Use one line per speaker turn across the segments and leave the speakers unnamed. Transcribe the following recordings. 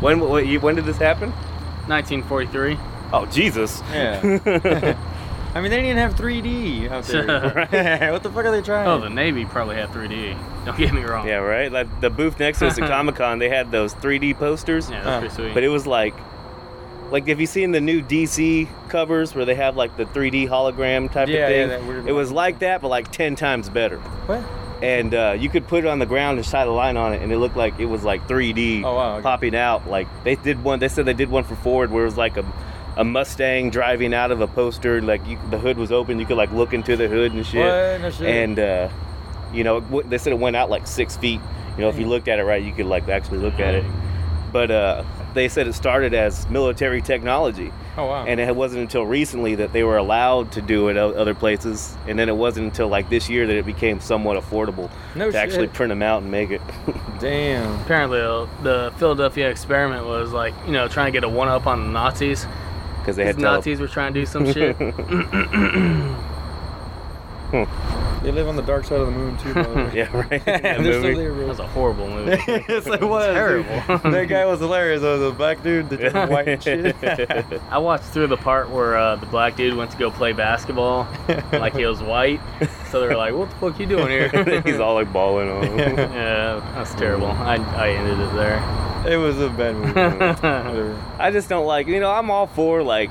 When what, you- when did this happen?
1943.
Oh Jesus!
Yeah. I mean, they didn't even have 3D out there. what the fuck are they trying?
Oh, the Navy probably had 3D. Don't get me wrong.
yeah, right. Like the booth next to us at Comic Con, they had those 3D posters,
Yeah, that's
Huh.
pretty sweet.
but it was like, like if you seen the new DC covers where they have like the 3D hologram type
Yeah, yeah,
of thing,
that weird
it
one.
was like that, but like ten times better.
what?
And uh, you could put it on the ground and shine a line on it, and it looked like it was like 3D
Oh, wow, okay.
popping out. Like they did one. They said they did one for Ford where it was like a. A Mustang driving out of a poster, and like you, the hood was open, you could like look into the hood and shit.
What? No shit.
and uh, you know it w- they said it went out like six feet you know if you looked at it right you could like actually look at it but uh, they said it started as military technology
oh wow.
and it wasn't until recently that they were allowed to do it o- other places and then it wasn't until like this year that it became somewhat affordable
No
to actually
Oh, shit.
print them out and make it
Damn.
Apparently, uh, the Philadelphia experiment was like, you know, trying to get a one up on the Nazis.
because they had
Because the
tele-
Nazis were trying to do some shit.
They live on the dark side of the moon too. brother.
yeah right
They're
That
still
movie.
there,
That
bro.
was a horrible movie.
yes, it was.
Terrible.
that guy was hilarious. It was a black dude that did white and shit.
I watched through the part where uh, the black dude went to go play basketball, like he was white. So they were like, "What the fuck you doing here?"
he's all like balling on
yeah, that's terrible. I, I ended it there.
it was a bad movie. Whatever.
I just don't like, you know, I'm all for like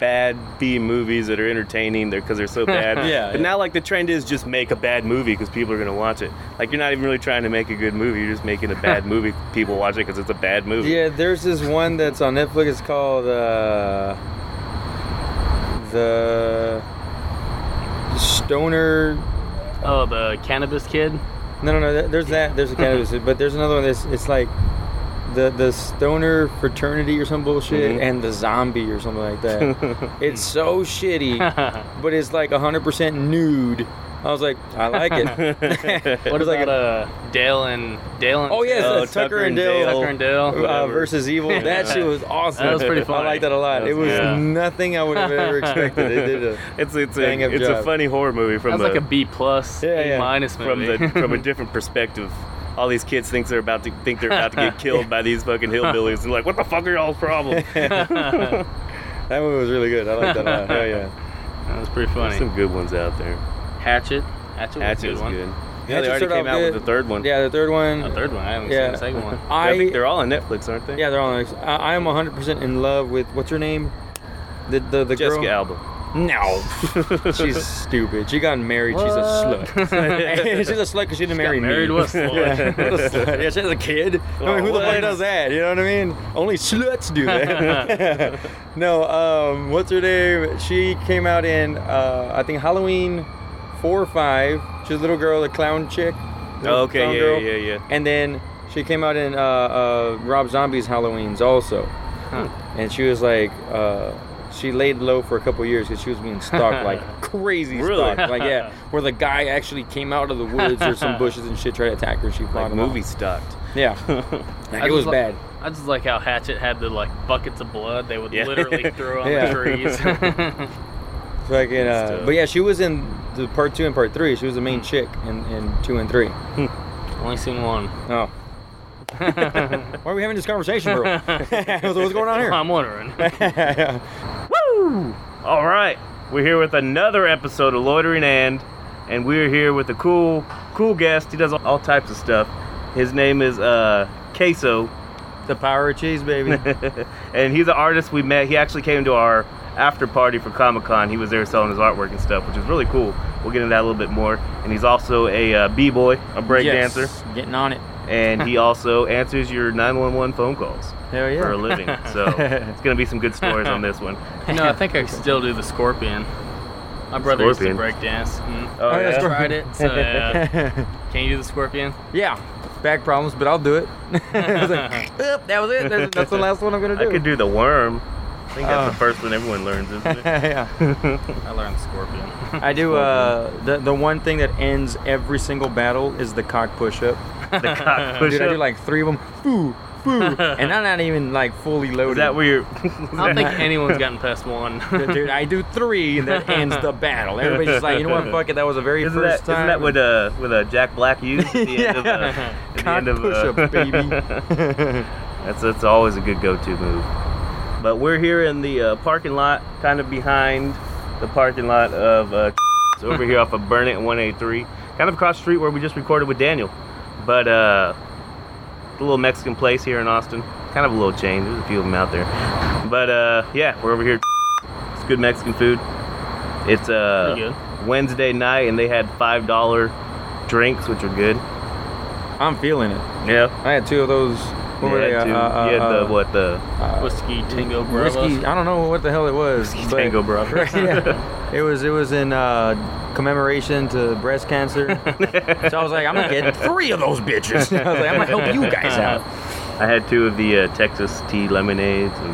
bad B movies that are entertaining because they're so bad.
Yeah,
But
yeah.
now, like, the trend is just make a bad movie because people are going to watch it. Like, you're not even really trying to make a good movie. You're just making a bad movie. People watch it because it's a bad movie.
Yeah, there's this one that's on Netflix. It's called uh, the Stoner.
Oh, the cannabis kid.
No, no, no. th- There's that. There's a cannabis, but there's another one that's it's like the the Stoner fraternity or some bullshit,
Mhm.
and the zombie or something like that. it's so shitty, but it's like 100% nude. I was like, I like it.
What
It's
is
like
like
a-
uh, Dale and Dale? And uh,
oh yes,
Oh,
that's Tucker, and Dale.
Tucker and Dale.
uh,
Whatever.
versus evil. That
Yeah.
shit was awesome.
That was pretty
I
funny.
liked that a lot.
That
it
was
was
good.
nothing I would have ever expected. It did a
It's it's
Bang
a
up
it's a
job.
funny horror movie from
That's
a,
like a B plus,
Yeah, yeah.
A minus
from
movie.
the from a different perspective. All these kids think they're about to think they're about to get killed by these fucking hillbillies and like what the fuck are y'all's problem?
that movie was really good. I liked that a lot. Hell yeah.
that was pretty
There's
funny.
some good ones out there.
Hatchet. Hatchet was a
Hatchet
good
was
one.
good.
Hatchet
Yeah, they already
started
came
off
out with
good.
the third one.
Yeah, the third one.
The third one. I haven't
Yeah.
seen the second one.
I,
I think they're all on Netflix, aren't they?
yeah, they're on. I, I am 100% in love with what's her name? The the, the
Jessica
girl.
Alba.
No, she's stupid. She got married. She's a
What?
slut. she's a slut because she didn't marry
Got married
me.
was slut.
What a slut. Yeah, she has a kid. I mean, who the
What?
fuck does that? You know what I mean? Only sluts do that. no, um, what's her name? She came out in, uh, I think, Halloween 4 or 5. She's a little girl, a clown chick. little
okay,
clown
yeah,
girl.
yeah, yeah, yeah.
And then she came out in uh, uh, Rob Zombie's Halloween's also. And she was like, uh, she laid low for a couple years because she was being stalked like crazy
Really?
stalked. Like, yeah, where the guy actually came out of the woods or some bushes and shit tried to attack her. She fought
Like
him off.
movie stocked.
Yeah.
I
it was
just li-
bad.
I just like how Hatchet had the like buckets of blood they would
Yeah.
literally throw on
Yeah.
the trees.
Fucking,
Good
uh,
stuff.
but yeah, she was in the part two and part three. She was the main chick in, in two and three.
Only seen one.
Oh. Why are we having this conversation, bro? What's going on here?
I'm wondering.
Woo! All right, we're here with another episode of Loitering and, and we're here with a cool, cool guest. He does all, all types of stuff. His name is uh, Queso,
the power of cheese, baby.
and he's an artist we met. He actually came to our after party for Comic Con. He was there selling his artwork and stuff, which is really cool. We'll get into that a little bit more. And he's also a uh, b boy, a break
Yes,
dancer,
Getting on it.
and he also answers your 911 phone calls.
Hell yeah.
for a living. So it's gonna be some good stories on this one.
No, I think I still do the scorpion. My brother used to
Scorpion?
break dance. Mm.
Oh,
I
yeah?
tried it. So yeah.
uh,
Can you do the scorpion?
yeah. Back problems, but I'll do it. I was like, "Oop, that was it. That's, that's the last one I'm gonna
I
do.
could do the worm. I think that's
Oh.
the first one everyone learns, isn't it?
yeah.
I learned scorpion.
I do. Uh, the the one thing that ends every single battle is the cock push-up.
The cock push
Dude, I do like three of them. Boo, boo, and I'm not even like fully loaded.
Is that where you're?
I don't think anyone's gotten past one.
Dude, I do three, and that ends the battle. Everybody's just like, you know what? Fuck it. That was the very
Isn't that,
first
isn't
time.
that what uh, with uh, Jack Black used at the end of, uh,
Yeah.
at the
cock
end of uh,
push-ups, baby?
That's that's always a good go-to move. But we're here in the uh, parking lot, kind of behind the parking lot of uh, it's over here off of Burn It 183, kind of across the street where we just recorded with Daniel. But uh, the little Mexican place here in Austin, kind of a little change. There's a few of them out there. But uh, yeah, we're over here. It's good Mexican food. It's
Pretty
uh,
good.
Wednesday night, and they had five dollar drinks, which are good.
I'm feeling it.
Yeah.
I had two of those. What were
you had,
they? Uh,
two-
uh,
you had
uh,
the what the
uh,
Whiskey Tango Brothos.
uh,
Whiskey. I don't know what the hell it was. but-
Tango Brothers.
Right, yeah. It was it was in uh, commemoration to breast cancer. so I was like, I'm gonna get three of those bitches. I was like, I'm gonna help you guys out.
I had two of the uh, Texas tea lemonades, and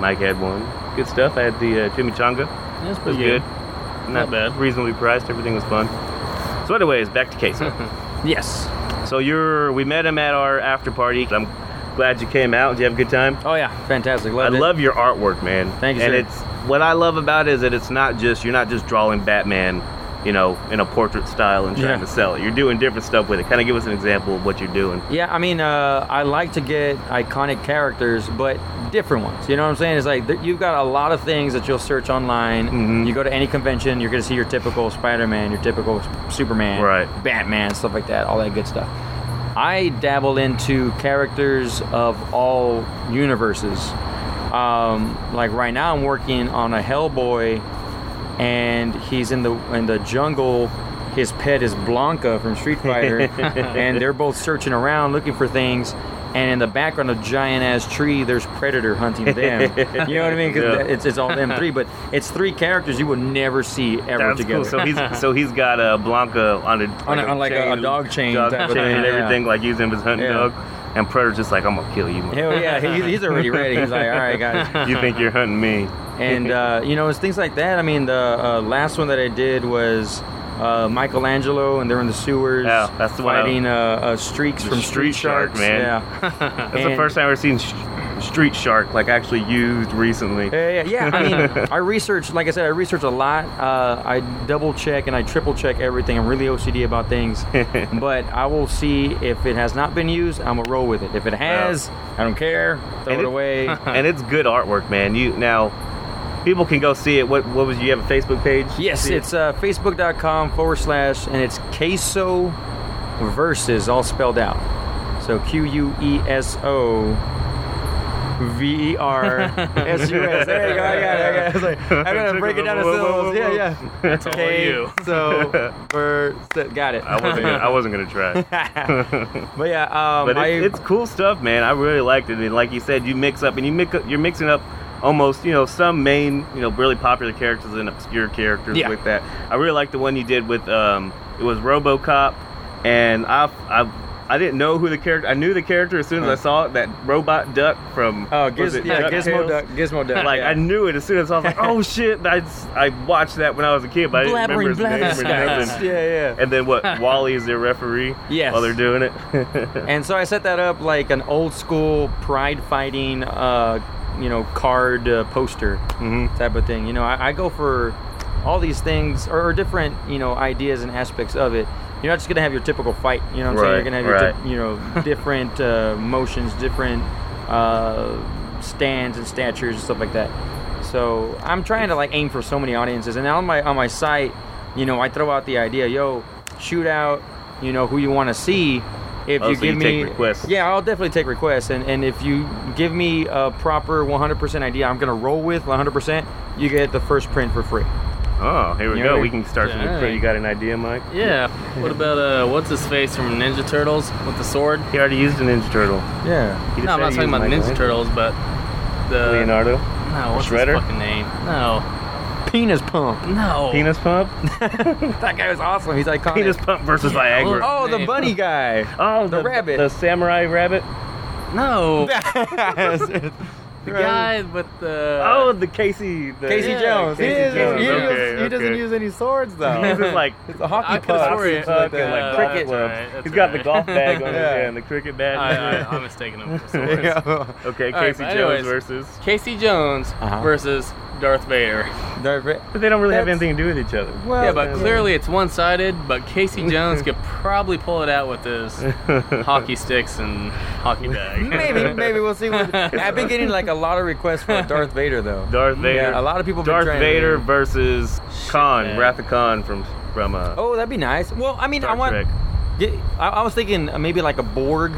Mike had one. Good stuff. I had the uh, chimichanga.
That's
It was
pretty
good.
good. Not bad.
Reasonably priced. Everything was fun. So, anyways, back to Queso.
Yes.
so you're. We met him at our after party. I'm glad you came out. Did you have a good time?
Oh yeah, fantastic.
I
Loved it.
love your artwork, man.
Thank you,
And
sir.
it's what I love about it is that it's not just you're not just drawing Batman, you know, in a portrait style and trying
Yeah.
to sell it. You're doing different stuff with it. Kind of give us an example of what you're doing.
Yeah, I mean, uh, I like to get iconic characters, but different ones. You know what I'm saying? It's like th- you've got a lot of things that you'll search online.
Mhm.
You go to any convention, you're going to see your typical Spider-Man, your typical S- Superman,
Right.
Batman, stuff like that, all that good stuff. I dabble into characters of all universes. Um, like right now, I'm working on a Hellboy and he's in the in the jungle. His pet is Blanca from Street Fighter, and they're both searching around looking for things. And in the background, a giant ass tree. There's Predator hunting them. you know what I mean? 'Cause
Yeah.
it's, it's all them three, but it's three characters you would never see ever
That's
together.
cool. So he's so he's got a Blanca on a
On a- on like a- a dog chain
dog
type of
chain
thing,
and
yeah.
everything, like using his hunting
Yeah.
dog. And Predator's just like, I'm gonna kill you.
Hell yeah, he, he's already ready. He's like, all right, guys.
you think you're hunting me?
and uh, you know it's things like that. I mean, the uh, last one that I did was uh, Michelangelo, and they're in the sewers
Yeah, that's the one I-
fighting uh, uh, streaks
The
from
Street Shark,
Sharks.
man.
Yeah,
That's the
and-
first time I've seen sh- Street Shark like actually used recently.
yeah, yeah. yeah. I mean, I research, like I said, I research a lot. Uh, I double check and I triple check everything. I'm really OCD about things, but I will see if it has not been used. I'm gonna roll with it. If it has, I don't care. Throw
And
it
it-
away.
and it's good artwork, man. You now, people can go see it. What what was you have a Facebook page?
Yes,
See it?
it's uh, facebook.com forward slash, and it's queso versus, all spelled out. So Q U E S O V E R S U S. There you go. I got it. I got it. I was like, I gotta break it down to
Whoa, whoa, whoa,
syllables. Yeah,
whoa.
yeah.
That's all you.
So, for, got it.
I wasn't gonna, I wasn't gonna try.
but yeah, um,
but
I,
it's, it's cool stuff, man. I really liked it, and like you said, you mix up and you mix up, you're mixing up almost you know some main you know really popular characters and obscure characters
Yeah.
with that. I really liked the one you did with um, it was RoboCop, and I I. I didn't know who the character. I knew the character as soon as
Huh.
I saw it. That robot duck from
oh,
was
giz,
it
yeah, Gizmo
DuckTales?
Duck. Gizmo Duck.
Like
yeah.
I knew it as soon as I was like, "Oh shit!" and I s- I watched that when I was a kid, but I didn't remember
blabbering
his name or
blabbering
nothing.
Yeah, yeah.
And then what? Wally is their referee
Yes.
while they're doing it.
And so I set that up like an old school pride fighting, uh, you know, card uh, poster
Mhm.
type of thing. You know, I, I go for all these things or, or different, you know, ideas and aspects of it. You're not just gonna have your typical fight. You know what I'm saying? You're gonna
Right,
have your,
right.
di- you know, different uh, motions, different uh, stands and statures and stuff like that. So I'm trying to like aim for so many audiences. And on my on my site, you know, I throw out the idea, yo, shoot out, you know, who you want to see. If
Oh,
you
so you
give
take
me
requests.
yeah, I'll definitely take requests, and, and if you give me a proper 100% idea, I'm gonna roll with 100%. You get the first print for free.
Oh, here we
You know
go.
what I
We
mean?
can start from the print.
Dang.
You got an idea, Mike?
Yeah. What about uh, what's his face from Ninja Turtles with the sword?
He already used a Ninja Turtle.
Yeah.
He just
No, I'm
said
not
he
talking
used Michelangelo.
about Ninja Turtles, but the
Leonardo.
No, what's
Shredder?
his fucking name? No,
Penis pump.
no.
Penis pump.
That guy was awesome. He's iconic.
Penis pump versus Viagra.
Oh, the
Name.
bunny guy.
Oh,
the rabbit.
The samurai rabbit. Oh.
No, the
the
guy with the
Oh, the Casey. The,
Casey
Yeah,
Jones.
Casey
he, is,
Jones.
he,
Okay,
is- he doesn't
okay.
use any swords though.
He's just like
it's a hockey
I could've
puck.
swore he-
It's like
Fuck and,
a-
like
uh,
cricket
that's
gloves.
all right,
He's
that's
got
all
the
right.
golf bag on his
Yeah.
hand, the cricket bat.
I, I, I'm mistaken him for swords.
Yeah.
Okay,
All right,
Casey
but
Jones
anyways.
versus.
Casey Jones
Uh-huh.
versus Darth Vader.
Direct-
But they don't really have
That's-
anything to do with each other.
Well,
yeah, but
then-
clearly it's one-sided. But Casey Jones could probably pull it out with his hockey sticks and hockey bag.
Maybe, maybe we'll see. What, I've been getting like a lot of requests for Darth Vader though.
Darth Vader.
Yeah, a lot of people.
Darth
been trying to-
Vader versus Khan,
man.
Wrath of Khan from from uh,
Oh, that'd be nice. Well, I mean,
Star
I want.
Trek.
Yeah, I, I was thinking uh, maybe like a Borg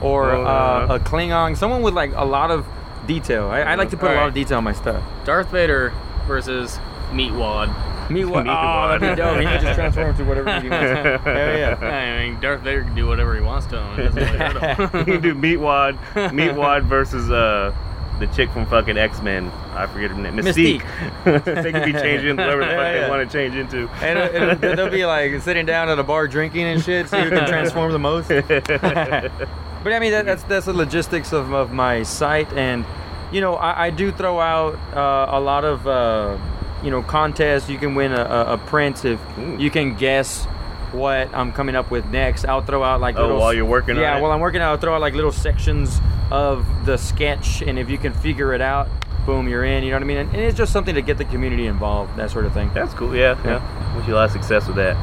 or
Oh,
uh,
yeah.
a Klingon, someone with like a lot of detail. I, I like to put a lot
Alright.
of detail on my stuff.
Darth Vader versus Meatwad.
Me what?
Me
oh, that'd
what?
be dope. He could just transform to whatever he wants. Hell yeah.
I mean, Darth Vader can do whatever he wants to him. It doesn't really hurt
you
him.
can do Meatwad, Meatwad versus uh, the chick from fucking X Men. I forget her name. Mystique. they can be changed into whatever the fuck
Yeah, yeah.
they want to change into.
And uh, it'll, it'll, they'll be like sitting down at a bar drinking and shit, see who can transform the most. But I mean, that, that's that's the logistics of, of my site, and you know, I, I do throw out uh, a lot of uh, you know contests. You can win a, a, a print if
Ooh.
you can guess what I'm coming up with next. I'll throw out like
oh,
little,
while you're working
yeah,
on it.
while I'm working out, I'll throw out like little sections of the sketch, and if you can figure it out, boom, you're in. You know what I mean? And, and it's just something to get the community involved, that sort of thing.
That's cool. Yeah,
Yeah.
yeah. Wish you a lot of success with that.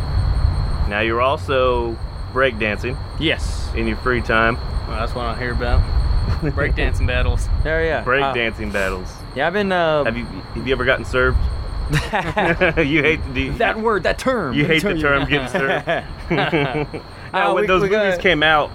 Now you're also breakdancing
Yes.
in your free time.
Well, that's what I hear about. Breakdancing battles.
Yeah, yeah. Uh,
Breakdancing battles.
yeah, I've been. Uh,
Have you have you ever gotten served? you hate the do you-
that word, that term.
you hate the term getting served. now
Uh,
when
we-
those
we got-
movies came out,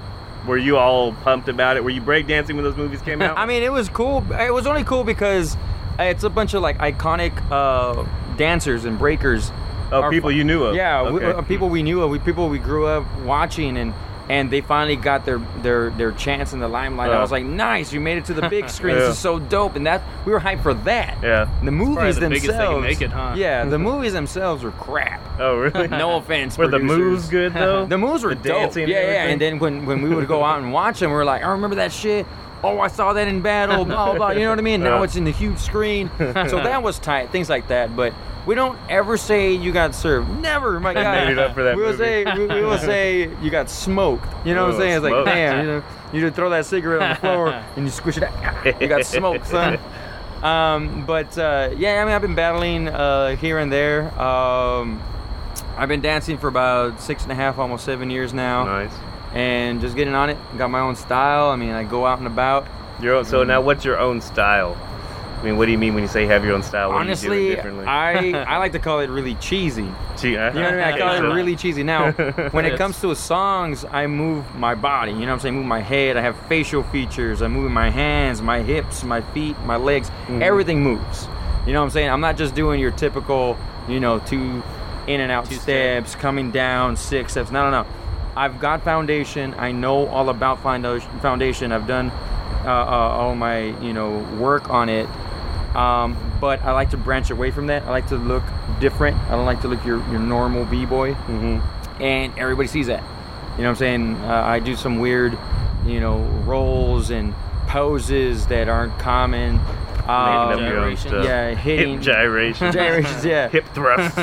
were you all pumped about it? Were you breakdancing when those movies came out?
I mean, it was cool. It was only cool because it's a bunch of like iconic uh, dancers and breakers.
oh,
Our-
people you knew of.
Yeah, we,
Okay.
uh, people we knew of, we, people we grew up watching, and and they finally got their their their chance in the limelight. I
Uh.
was like, nice, you made it to the big screen.
Yeah.
This is so dope, and that we were hyped for that.
Yeah.
The movies
the biggest they can
themselves,
make it, huh?
yeah, the movies themselves were crap.
Oh, really?
No offense,
Were the
producers.
moves good though?
The moves were
The
dope.
dancing and
yeah, yeah.
everything?
And then when, when we would go out and watch them, we were like, I remember that shit. Oh, I saw that in battle. Blah blah. blah. You know what I mean? Now
Yeah.
it's in the huge screen. So that was tight. Things like that. But we don't ever say you got served. Never, my God.
made it up for that
we will
movie.
say we, we will say you got smoked. You know what I'm
Oh,
saying? It's like
smoked.
damn. You know, you just throw that cigarette on the floor and you squish it out. You got smoked, son. Um, but uh, yeah, I mean, I've been battling uh, here and there. Um, I've been dancing for about six and a half, almost seven years now,
nice.
and just getting on it. Got my own style. I mean, I go out and about.
Your own, so now, what's your own style? I mean, what do you mean when you say have your own style? What do you do
Honestly,
it differently?
I I like to call it really cheesy. You
Gee, uh,
know what I mean? I
Okay,
call
sure.
it really cheesy. Now, when it
Yes.
comes to songs, I move my body. You know what I'm saying? I move my head. I have facial features. I move my hands, my hips, my feet, my legs.
Mm-hmm.
Everything moves. You know what I'm saying? I'm not just doing your typical, you know, two in and out
Two
steps, coming down six steps. No, no, no. I've got foundation. I know all about foundation. Foundation. I've done uh, uh, all my you know work on it. Um, but I like to branch away from that. I like to look different. I don't like to look your, your normal b boy
Mhm.
and everybody sees that. You know what I'm saying? Uh, I do some weird, you know, roles and poses that aren't common.
Making up
Um,
your own
gyration.
stuff.
yeah, hitting
Hip gyrations.
gyrations. Yeah,
Hip thrusts.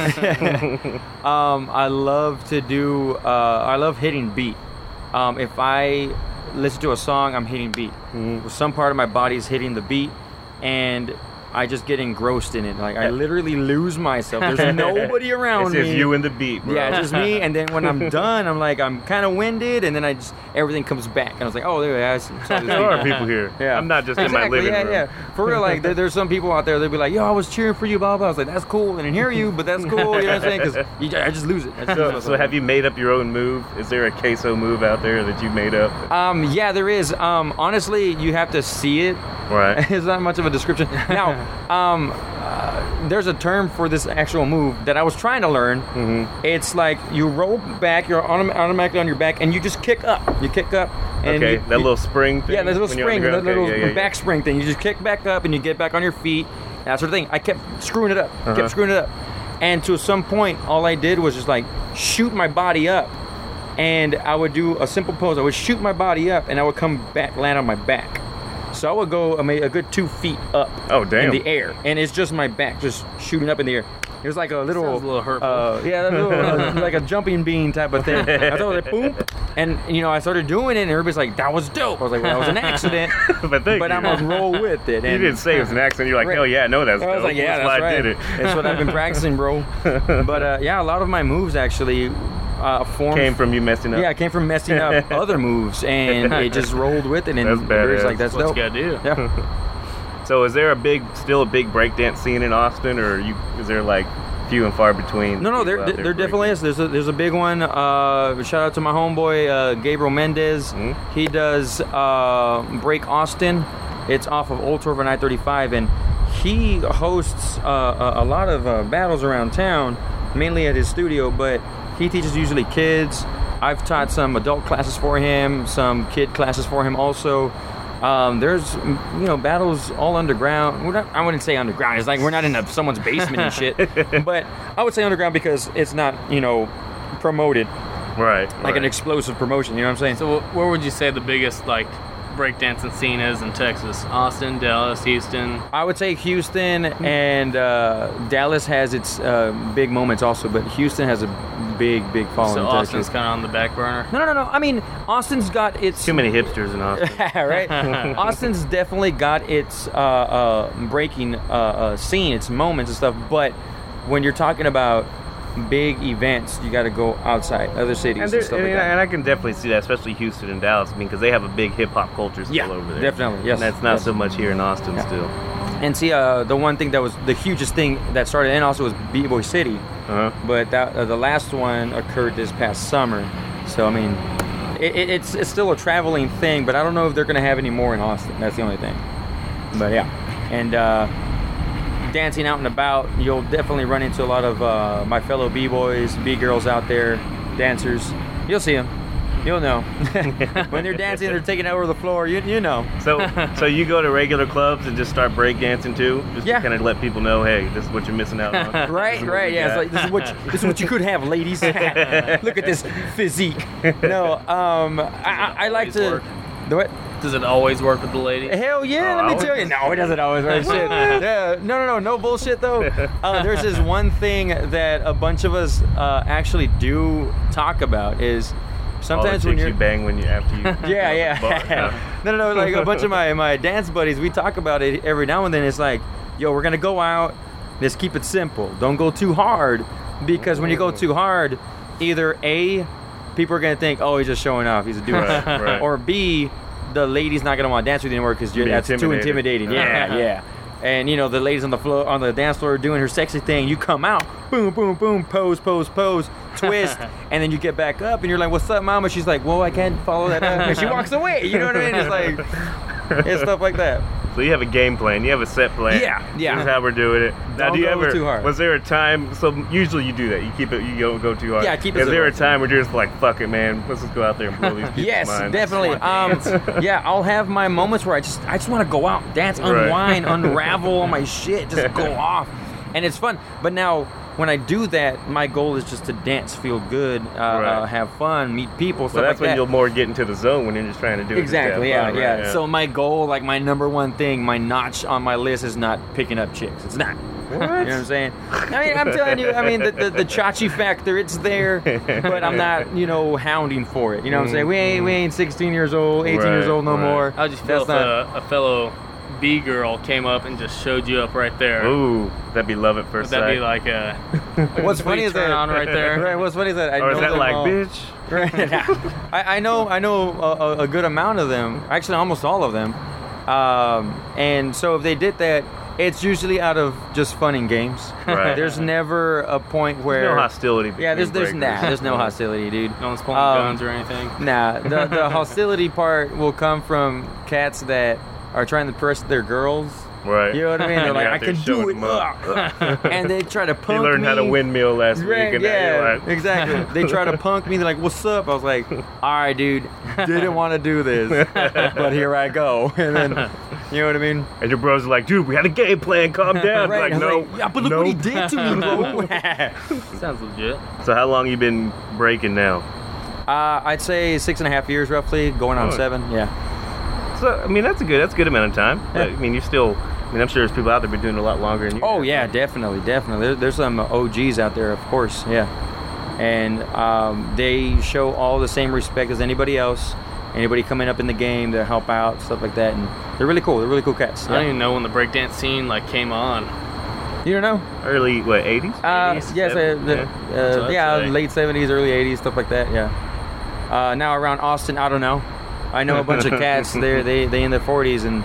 um, I love to do. Uh, I love hitting beat. Um, if I listen to a song, I'm hitting beat.
Mm-hmm.
Some part of my body is hitting the beat, and I just get engrossed in it. Like I literally lose myself. There's nobody around
it's
me.
just you and the beat, bro.
Yeah, it's just me. And then when I'm done, I'm like, I'm kind of winded, and then I just everything comes back, and I was like, oh, there, I saw this
there are people here.
Yeah.
I'm not just in my
Exactly,
living
yeah,
room.
yeah. For real, like there, there's some people out there. They'll be like, "Yo, I was cheering for you, blah blah." I was like, "That's cool," and I hear you, but that's cool. You know what I'm saying? Because I just lose it. I just
So,
lose
so
it.
have you made up your own move? Is there a queso move out there that you made up?
Um, yeah, there is. Um, honestly, you have to see it.
right.
it's not much of a description. Now, um, uh, there's a term for this actual move that I was trying to learn. Mm-hmm. It's like you roll back, you're autom- automatically on your back, and you just kick up. You kick up. And
okay,
you-
that
you-
little spring thing.
Yeah, that little
when you're on
spring,
the
that
ground? Okay,
little
yeah, yeah, yeah.
back spring thing. You just kick back up and you get back on your feet, that sort of thing. I kept screwing it up,
Uh-huh.
kept screwing it up. And to some point, all I did was just like shoot my body up. And I would do a simple pose. I would shoot my body up and I would come back, land on my back. So I would go I mean, a good two feet up
Oh, damn.
in the air. And it's just my back just shooting up in the air. It was like a little,
Sounds a little hurtful.
uh, yeah, that little, uh, like a jumping bean type of thing. I thought it was like boom, And you know, I started doing it, and everybody's like, "That was dope." I was like, "Well, that was an accident,
but thank
but
you.
I'm gonna roll with it." And
you didn't say it was an accident. You're like,
Right.
hell yeah, I know that's.
I was
dope.
like, "Yeah, that's
why
right.
I did it.
That's what I've been practicing, bro." But uh, yeah, a lot of my moves actually uh, formed
Came from you messing up.
Yeah, it came from messing up other moves, and it just rolled with it. And
That's
everybody's
badass.
like, "That's dope."
What you gotta do?
Yeah.
So is there a big, still a big breakdance scene in Austin, or you is there like few and far between?
No, no,
people
there,
out
there, there definitely
breaking?
is. There's a, there's a big one. Uh, shout out to my homeboy uh, Gabriel Mendez.
Mhm.
He does uh, Break Austin. It's off of Old Torva 935, and he hosts uh, a, a lot of uh, battles around town, mainly at his studio. But he teaches usually kids. I've taught some adult classes for him, some kid classes for him also. Um, there's, you know, battles all underground. We're not, I wouldn't say underground. It's like we're not in a, someone's basement and shit. But I would say underground because it's not, you know, promoted
right,
like an
right.
explosive promotion. You know what I'm saying?
So, wh- where would you say the biggest like breakdancing scene is in Texas? Austin, Dallas, Houston.
I would say Houston and uh, Dallas has its uh, big moments also, but Houston has a big, big following.
so
in
Austin's
Texas.
kind of on the back burner.
no, no, no, no. I mean, Austin's got its
too many hipsters in Austin.
right? Austin's definitely got its uh, uh, breaking uh, uh, scene, its moments and stuff. But when you're talking about big events, you got to go outside other cities
And,
and,
there,
stuff
and,
like that.
and I can definitely see that, especially Houston and Dallas, I mean, because they have a big hip hop culture still
Yeah,
over there.
definitely, yes,
And that's not
yes.
so much here in Austin
Yeah.
still.
And see, uh, the one thing that was the hugest thing that started, and also was B Boy City,
Uh-huh.
but that uh, the last one occurred this past summer. So I mean, it, it, it's it's still a traveling thing, but I don't know if they're gonna have any more in Austin. That's the only thing. But yeah, and uh, dancing out and about, you'll definitely run into a lot of uh, my fellow b boys, b girls out there, dancers. You'll see them. You'll know when they're dancing, they're taking over the floor. You you know.
So, so you go to regular clubs and just start breakdancing too, just
Yeah.
to kind of let people know, hey, this is what you're missing out on.
Right,
what
right,
we
yeah. It's like
got.
this is what you, this is what you could have, ladies. Look at this physique. No, um, I, I, I like
Always
to.
work.
The what?
Does it always work with the lady?
Hell yeah,
Oh,
let me
always?
tell you. No, it doesn't always right shit. Yeah, no, no, no, no bullshit though. Uh, there's this one thing that a bunch of us uh, actually do talk about is
All the
sometimes
chicks
when you're
you bang when you after you.
yeah,
Bar- no.
yeah. no, no, no. Like a bunch of my my dance buddies, we talk about it every now and then. It's like, yo, we're gonna go out. Let's keep it simple. Don't go too hard, because when you go too hard, either a, people are gonna think, oh, he's just showing off. He's a dude.
Right, right.
Or b, the lady's not gonna want to dance with you anymore because
Be
that's too
intimidated.
intimidating. Yeah, yeah. And you know the ladies on the floor on the dance floor doing her sexy thing. You come out, boom, boom, boom, pose, pose, pose, twist, and then you get back up and you're like, "What's up, mama?" She's like, "Well, I can't follow that up." And she walks away. You know what I mean? It's like it's stuff like that.
So you have a game plan, you have a set plan.
Yeah, yeah.
This is how we're doing it. Now,
Don't
do you
go
ever?
too hard.
Was there a time? So usually you do that. You keep it. You don't go too hard.
Yeah, keep it
Is there a
simple.
time where you're just like, fuck it, man? Let's just go out there and blow these people.
Yes, definitely. Um, yeah, I'll have my moments where I just I just want to go out, dance,
Right.
unwind, unravel all my shit, just go off, and it's fun. But now when I do that, my goal is just to dance, feel good, uh, uh, have fun, meet people, stuff
Well,
like
that's when
that.
you'll more get into the zone when you're just trying to do it. just to have
Exactly. Yeah,
fun, right?
yeah. So my goal, like my number one thing, my notch on my list is not picking up chicks. It's not. You know what I'm saying? I mean, I'm telling you. I mean, the the, the chachi factor, it's there, but I'm not, you know, hounding for it. You know what I'm saying? We ain't we ain't 16 years old, 18 years
Right,
old no
right.
more.
How'd you feel
That's
if
not-
a, a fellow B girl came up and just showed you up right there?
Ooh, that'd be love at
Would
first
that be
sight.
like uh, a
What's
complete
funny is
turn
that
on right there?
Right. What's funny is that I know
or is that
them
like,
all.
bitch?
Right. I, I know. I know a, a- a good amount of them. Actually, almost all of them. Um, and so if they did that, it's usually out of just fun and games.
Right.
There's never a point where.
No hostility.
yeah. There's there's
between
nah,
breakers.
There's no hostility, dude.
No one's pulling
Um,
guns or anything.
Nah. The the hostility part will come from cats that are trying to press their girls.
Right.
You know what I mean? They're like,
Yeah,
I
they
can
showed
do it,
them up.
Ugh. and they try to
He
punk
learned how to
me.
windmill last week,
Right,
and now
yeah,
uh, you're like,
exactly. They try to punk me. They're like, "What's up?" I was like, "All right, dude, didn't want to do this, but here I go." And then, you know what I mean?
and your bros are like, dude, we had a game plan. Calm down.
Right? I
Like,
was
no,
yeah, but look
no.
what he did to me, bro. uh,
Sounds legit.
So how long you been breaking now?
Uh, I'd say six and a half years, roughly, going on
Oh.
seven. Yeah,
So I mean that's a good that's a good amount of time.
Yeah.
But, I mean you're still I mean I'm sure there's people out there been doing it a lot longer than you.
Oh yeah, definitely, definitely. There, there's some OGs out there, of course. Yeah. and um, they show all the same respect as anybody else. Anybody coming up in the game to help out, stuff like that, and they're really cool. They're really cool cats.
I don't
Yeah.
even know when the breakdance scene like came on.
You don't know?
Early what? 80s?
Uh,
80s,
yes, uh,
70s,
the,
yeah.
uh,
So that's
yeah,
right.
late seventies, early eighties, stuff like that. Yeah. Uh, now around Austin, I don't know. I know a bunch of cats. They're they they in their forties and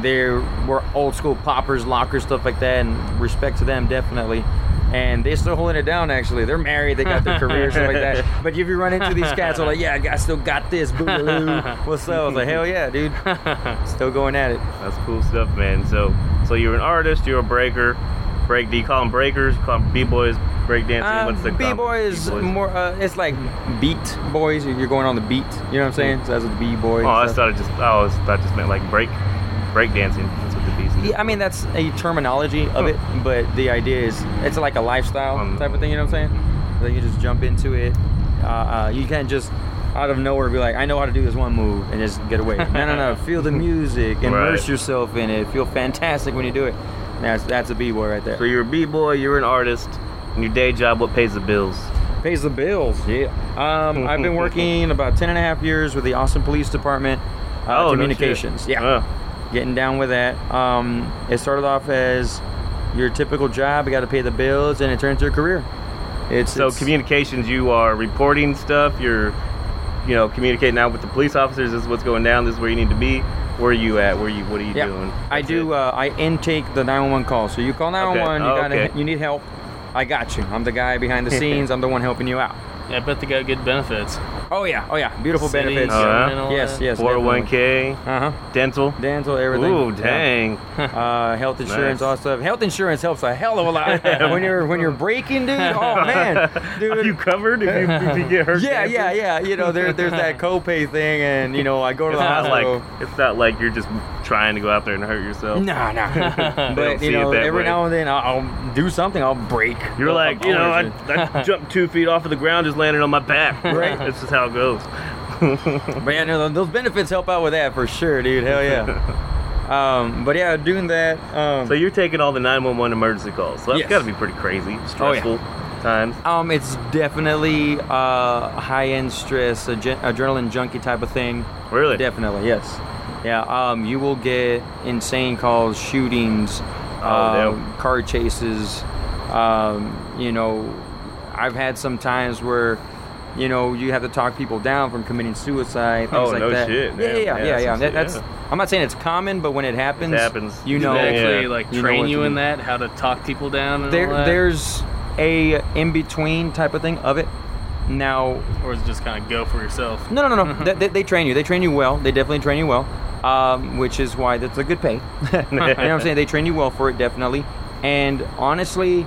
they were old school poppers, lockers, stuff like that. And respect to them, definitely. And they're still holding it down. Actually, they're married. They got their careers, stuff like that. But if you run into these cats, they're like, "Yeah, I still got this." boogaloo. What's up? I was like, "Hell yeah, dude! Still going at it."
That's cool stuff, man. So, so you're an artist, you're a breaker, break. Do you call them breakers? You call them b boys, break dancing. What's the um,
B boy
common
is
b-boys?
Um, more. Uh, it's like beat boys. You're going on the beat. You know what I'm saying? So that's what B boy.
Oh, I thought it just. I always thought it just meant like break, break dancing. That's what the B stands
Yeah, I mean that's a terminology of it, but the idea is it's like a lifestyle
Oh. Um,
type of thing. You know what I'm saying? That you just jump into it. Uh, uh, you can't just out of nowhere be like, I know how to do this one move and just get away. no, no, no. Feel the music, immerse
Right.
yourself in it. Feel fantastic when you do it. That's that's a B boy right there.
for. So you're a b boy, you're an artist, and your day job what pays the bills?
pays the bills. Yeah. Um, I've been working about 10 and a half years with the Austin Police Department. Uh,
Oh, no
communications.
shit.
yeah.
Oh,
Getting down with that. Um, it started off as your typical job. You got to pay the bills, and it turned into a career. It's
so
it's-
communications, you are reporting stuff. You're, you know, communicating out with the police officers. This is what's going down. This is where you need to be. Where are you at? Where are you? What are you
Yeah.
doing?
I
That's
do.
it.
Uh, I intake the 911 call. So you call 911.
Oh,
You got
okay.
to You need help. I got you. I'm the guy behind the scenes. I'm the one helping you out.
Yeah, I bet they got good benefits.
Oh yeah. Oh yeah. Beautiful
City,
benefits.
Oh, yeah?
government, all
Yes.
that.
Yes.
401k,
Uh huh.
dental.
Dental. Everything.
Ooh,
Yeah.
dang.
uh, health insurance,
Nice.
all stuff. Health insurance helps a hell of a lot when you're when you're breaking, dude. Oh man,
Are you
dude.
covered if you, if you get hurt?
Yeah,
dancing?
yeah, yeah. You know, there, there's that copay thing, and you know, I go to
It's
the
not
hospital.
like it's not like you're just trying to go out there and hurt yourself.
Nah, nah.
They don't
But
see
you know,
it that
every
way.
now and then I'll, I'll do something. I'll break.
You're
a- a
like, you know, I,
bone or
I jumped two feet off of the ground, just landed on my back.
Right.
That's just how it goes.
two. But yeah, no, those benefits help out with that for sure, dude. Hell yeah. um, but yeah, doing that. Um,
So you're taking all the 911 emergency calls. So that's
Yes.
got to be pretty
Oh,
crazy,
yeah.
stressful times.
Um, it's definitely uh, high-end stress, adre- adrenaline junkie type of thing.
Really?
Definitely, yes. Yeah, um, you will get insane calls, shootings,
Oh,
um,
damn.
car chases. Um, you know, I've had some times where, you know, you have to talk people down from committing suicide, things
Oh,
like
no
that.
shit,
yeah,
man.
yeah, yeah, yeah.
Yeah, that's
yeah.
some
That,
shit,
that's. I'm not saying it's common, but when it happens,
happens.
You
Do
know,
they actually
Yeah.
like
You know
train
what
you,
to
in
do.
that? How to talk people down? And
there,
all that?
there's a in between type of thing of it. Now,
or is it just kind of go for yourself?
No, no, no, no. they, they, they train you. They train you well. They definitely train you well, um, which is why that's a good pay. you know what I'm saying? They train you well for it, definitely. And honestly,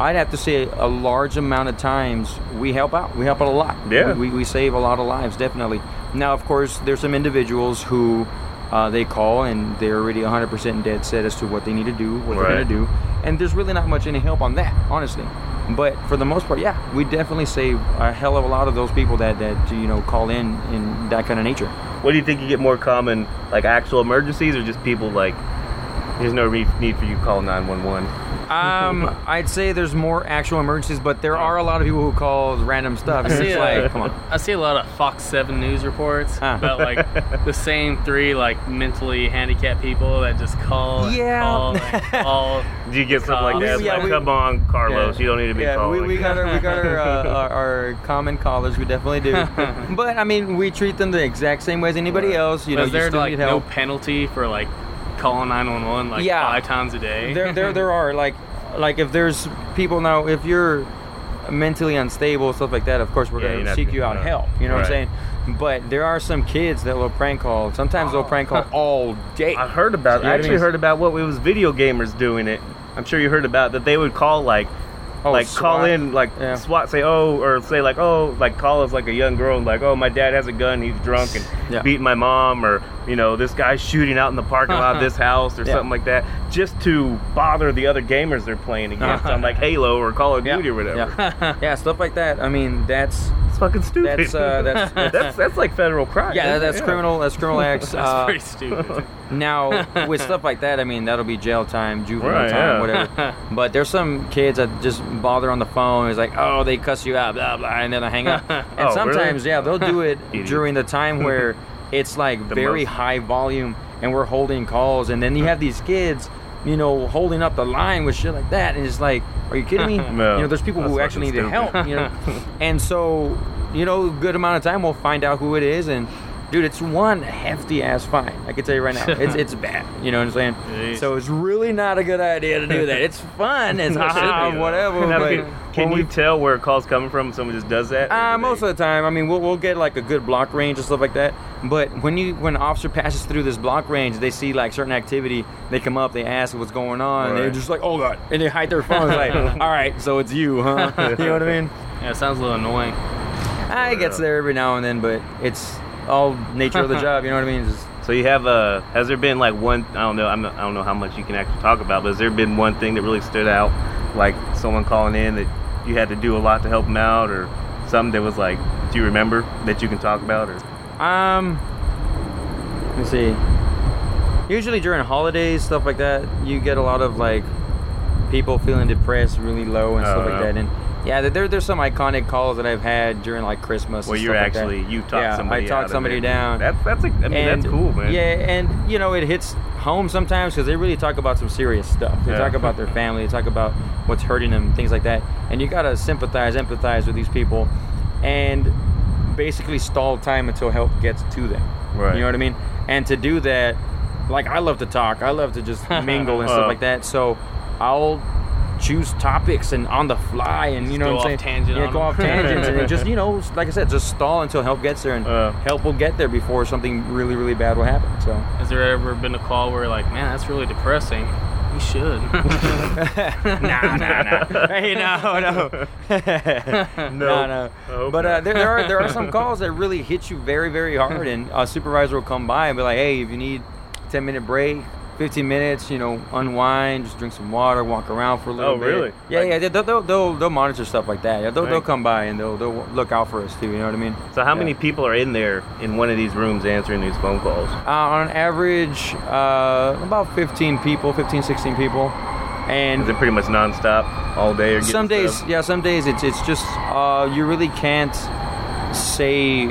I'd have to say a large amount of times we help out. We help out a lot.
Yeah.
We, we, we save a lot of lives, definitely. Now, of course, there's some individuals who uh, they call and they're already 100% dead set as to what they need to do, what they're going
Right.
to do. And there's really not much any help on that, honestly. But for the most part, yeah, we definitely save a hell of a lot of those people that, that you know, call in in that kind of nature.
What do you think you get more common, like actual emergencies, or just people like? There's no re- need for you to call 911.
Um, I'd say there's more actual emergencies, but there are a lot of people who call random stuff.
I
And
see,
it's
a-
like, come on.
I see a lot of Fox 7 news reports
Huh.
about like the same three like mentally handicapped people that just call and
Yeah.
call and call.
Do you get something like
We-
that? It's
yeah,
like,
we-
come on, Carlos,
Yeah.
you don't need to be
yeah,
calling.
we, we got our we got our, uh, our our common callers. We definitely do. but I mean, we treat them the exact same way as anybody else. You
But
know,
is
you
there
still
like
need
no
help.
penalty for like calling 911 like
Yeah.
five times a day?
there, there, there are like, like if there's people now, if you're mentally unstable stuff like that, of course we're
Yeah, you're
gonna
not
seek
gonna-
you out
no.
help. You know what I'm
Right.
saying? But there are some kids that will prank call. Sometimes they'll prank call all day.
Oh. I heard about.
You know what
I
I
actually
mean?
heard about what it was video gamers doing it. I'm sure you heard about that. They would call like,
Oh,
like call
SWAT.
in like
Yeah.
SWAT, say oh, or say like oh, like call us like a young girl and like oh, my dad has a gun, he's drunk and
Yeah.
beating my mom, or you know this guy's shooting out in the parking lot of this house or
Yeah.
something like that, just to bother the other gamers they're playing against on like Halo or Call of
Uh-huh. Yeah.
Duty or whatever.
Yeah. yeah, stuff like that. I mean, that's
It's That's fucking stupid.
That's, uh, that's-
that's that's like federal crime.
Yeah, that-
isn't it?
that's criminal. That's criminal acts.
That's
uh,
pretty stupid.
now with stuff like that, I mean that'll be jail time, juvenile
Right,
time,
yeah.
whatever. But there's some kids that just bother on the phone. It's like, oh, they cuss you out, blah blah, and then I hang up. And
Oh, really?
sometimes, yeah, they'll do it
Idiots.
during the time where it's like
The
very
most-
high volume, and we're holding calls, and then you have these kids. You know, holding up the line with shit like that, and it's like, are you kidding me?
No,
you know, there's people who
that's
actually need
fucking
help. You know, and so you know, good amount of time we'll find out who it is, and dude, it's one hefty ass fine. I can tell you right now, it's it's bad. You know what I'm saying?
Jeez.
So it's really not a good idea to do that. It's fun, it's
It should
ah,
be, though.
whatever.
Now,
But
can can
when
you
we-
tell where a call's coming from? when Someone just does that.
uh, most of the time, I mean, we'll, we'll get like a good block range and stuff like that. But when you when an officer passes through this block range, they see like certain activity. They come up, they ask what's going on. They're
Right.
just like, oh god, and they hide their phones. like, all right, so it's you, huh? you know what I mean?
yeah, it sounds a little annoying.
I gets there every now and then, but it's all nature of the job. You know what I mean? Just,
So you have Uh, has there been like one? I don't know. I'm, I don't know how much you can actually talk about, but has there been one thing that really stood out, like someone calling in that you had to do a lot to help them out, or something that was like, do you remember that you can talk about, or
um, let me see. Usually during holidays, stuff like that, you get a lot of like people feeling depressed, really low, and stuff
Oh,
like
yeah.
that. And yeah, there there's some iconic calls that I've had during like Christmas.
well,
and
you're
stuff like that.
actually you talked
Yeah, I
somebody.
talked
out of
somebody
it.
down.
That's that's. A, I mean,
and,
that's cool, man.
Yeah, and you know it hits home sometimes because they really talk about some serious stuff. They
Yeah.
talk about their family, they talk about what's hurting them, things like that. And you gotta sympathize, empathize with these people, and basically stall time until help gets to them.
Right.
You know what I mean? And to do that, like I love to talk, I love to just mingle and
Oh.
stuff like that. So I'll choose topics and on the fly and you
Just
know
go
what I'm saying
off tangent
yeah
on
go
them.
off tangents and it just you know like I said just stall until help gets there and
Uh.
help will get there before something really really bad will happen so
Has there ever been a call where like, man, that's really depressing? You should.
nah, nah, nah. Hey, no, no. no,
No.
no.
I hope
But uh,
not.
there, there are there are some calls that really hit you very, very hard, and a supervisor will come by and be like, "Hey, if you need 10 minute break, 15 minutes, you know, unwind, just drink some water, walk around for a little
Oh,
bit."
really?
Yeah,
Like-
yeah. They'll, they'll they'll they'll monitor stuff like that. Yeah, they'll, they'll
Right.
come by and they'll they'll look out for us too. You know what I mean?
so how
Yeah.
many people are in there in one of these rooms answering these phone calls?
Uh, on average, uh, about 15 people, 15, 16 people, and
Is it pretty much nonstop all day? Or getting
some days
stuff?
yeah some days it's it's just uh, you really can't say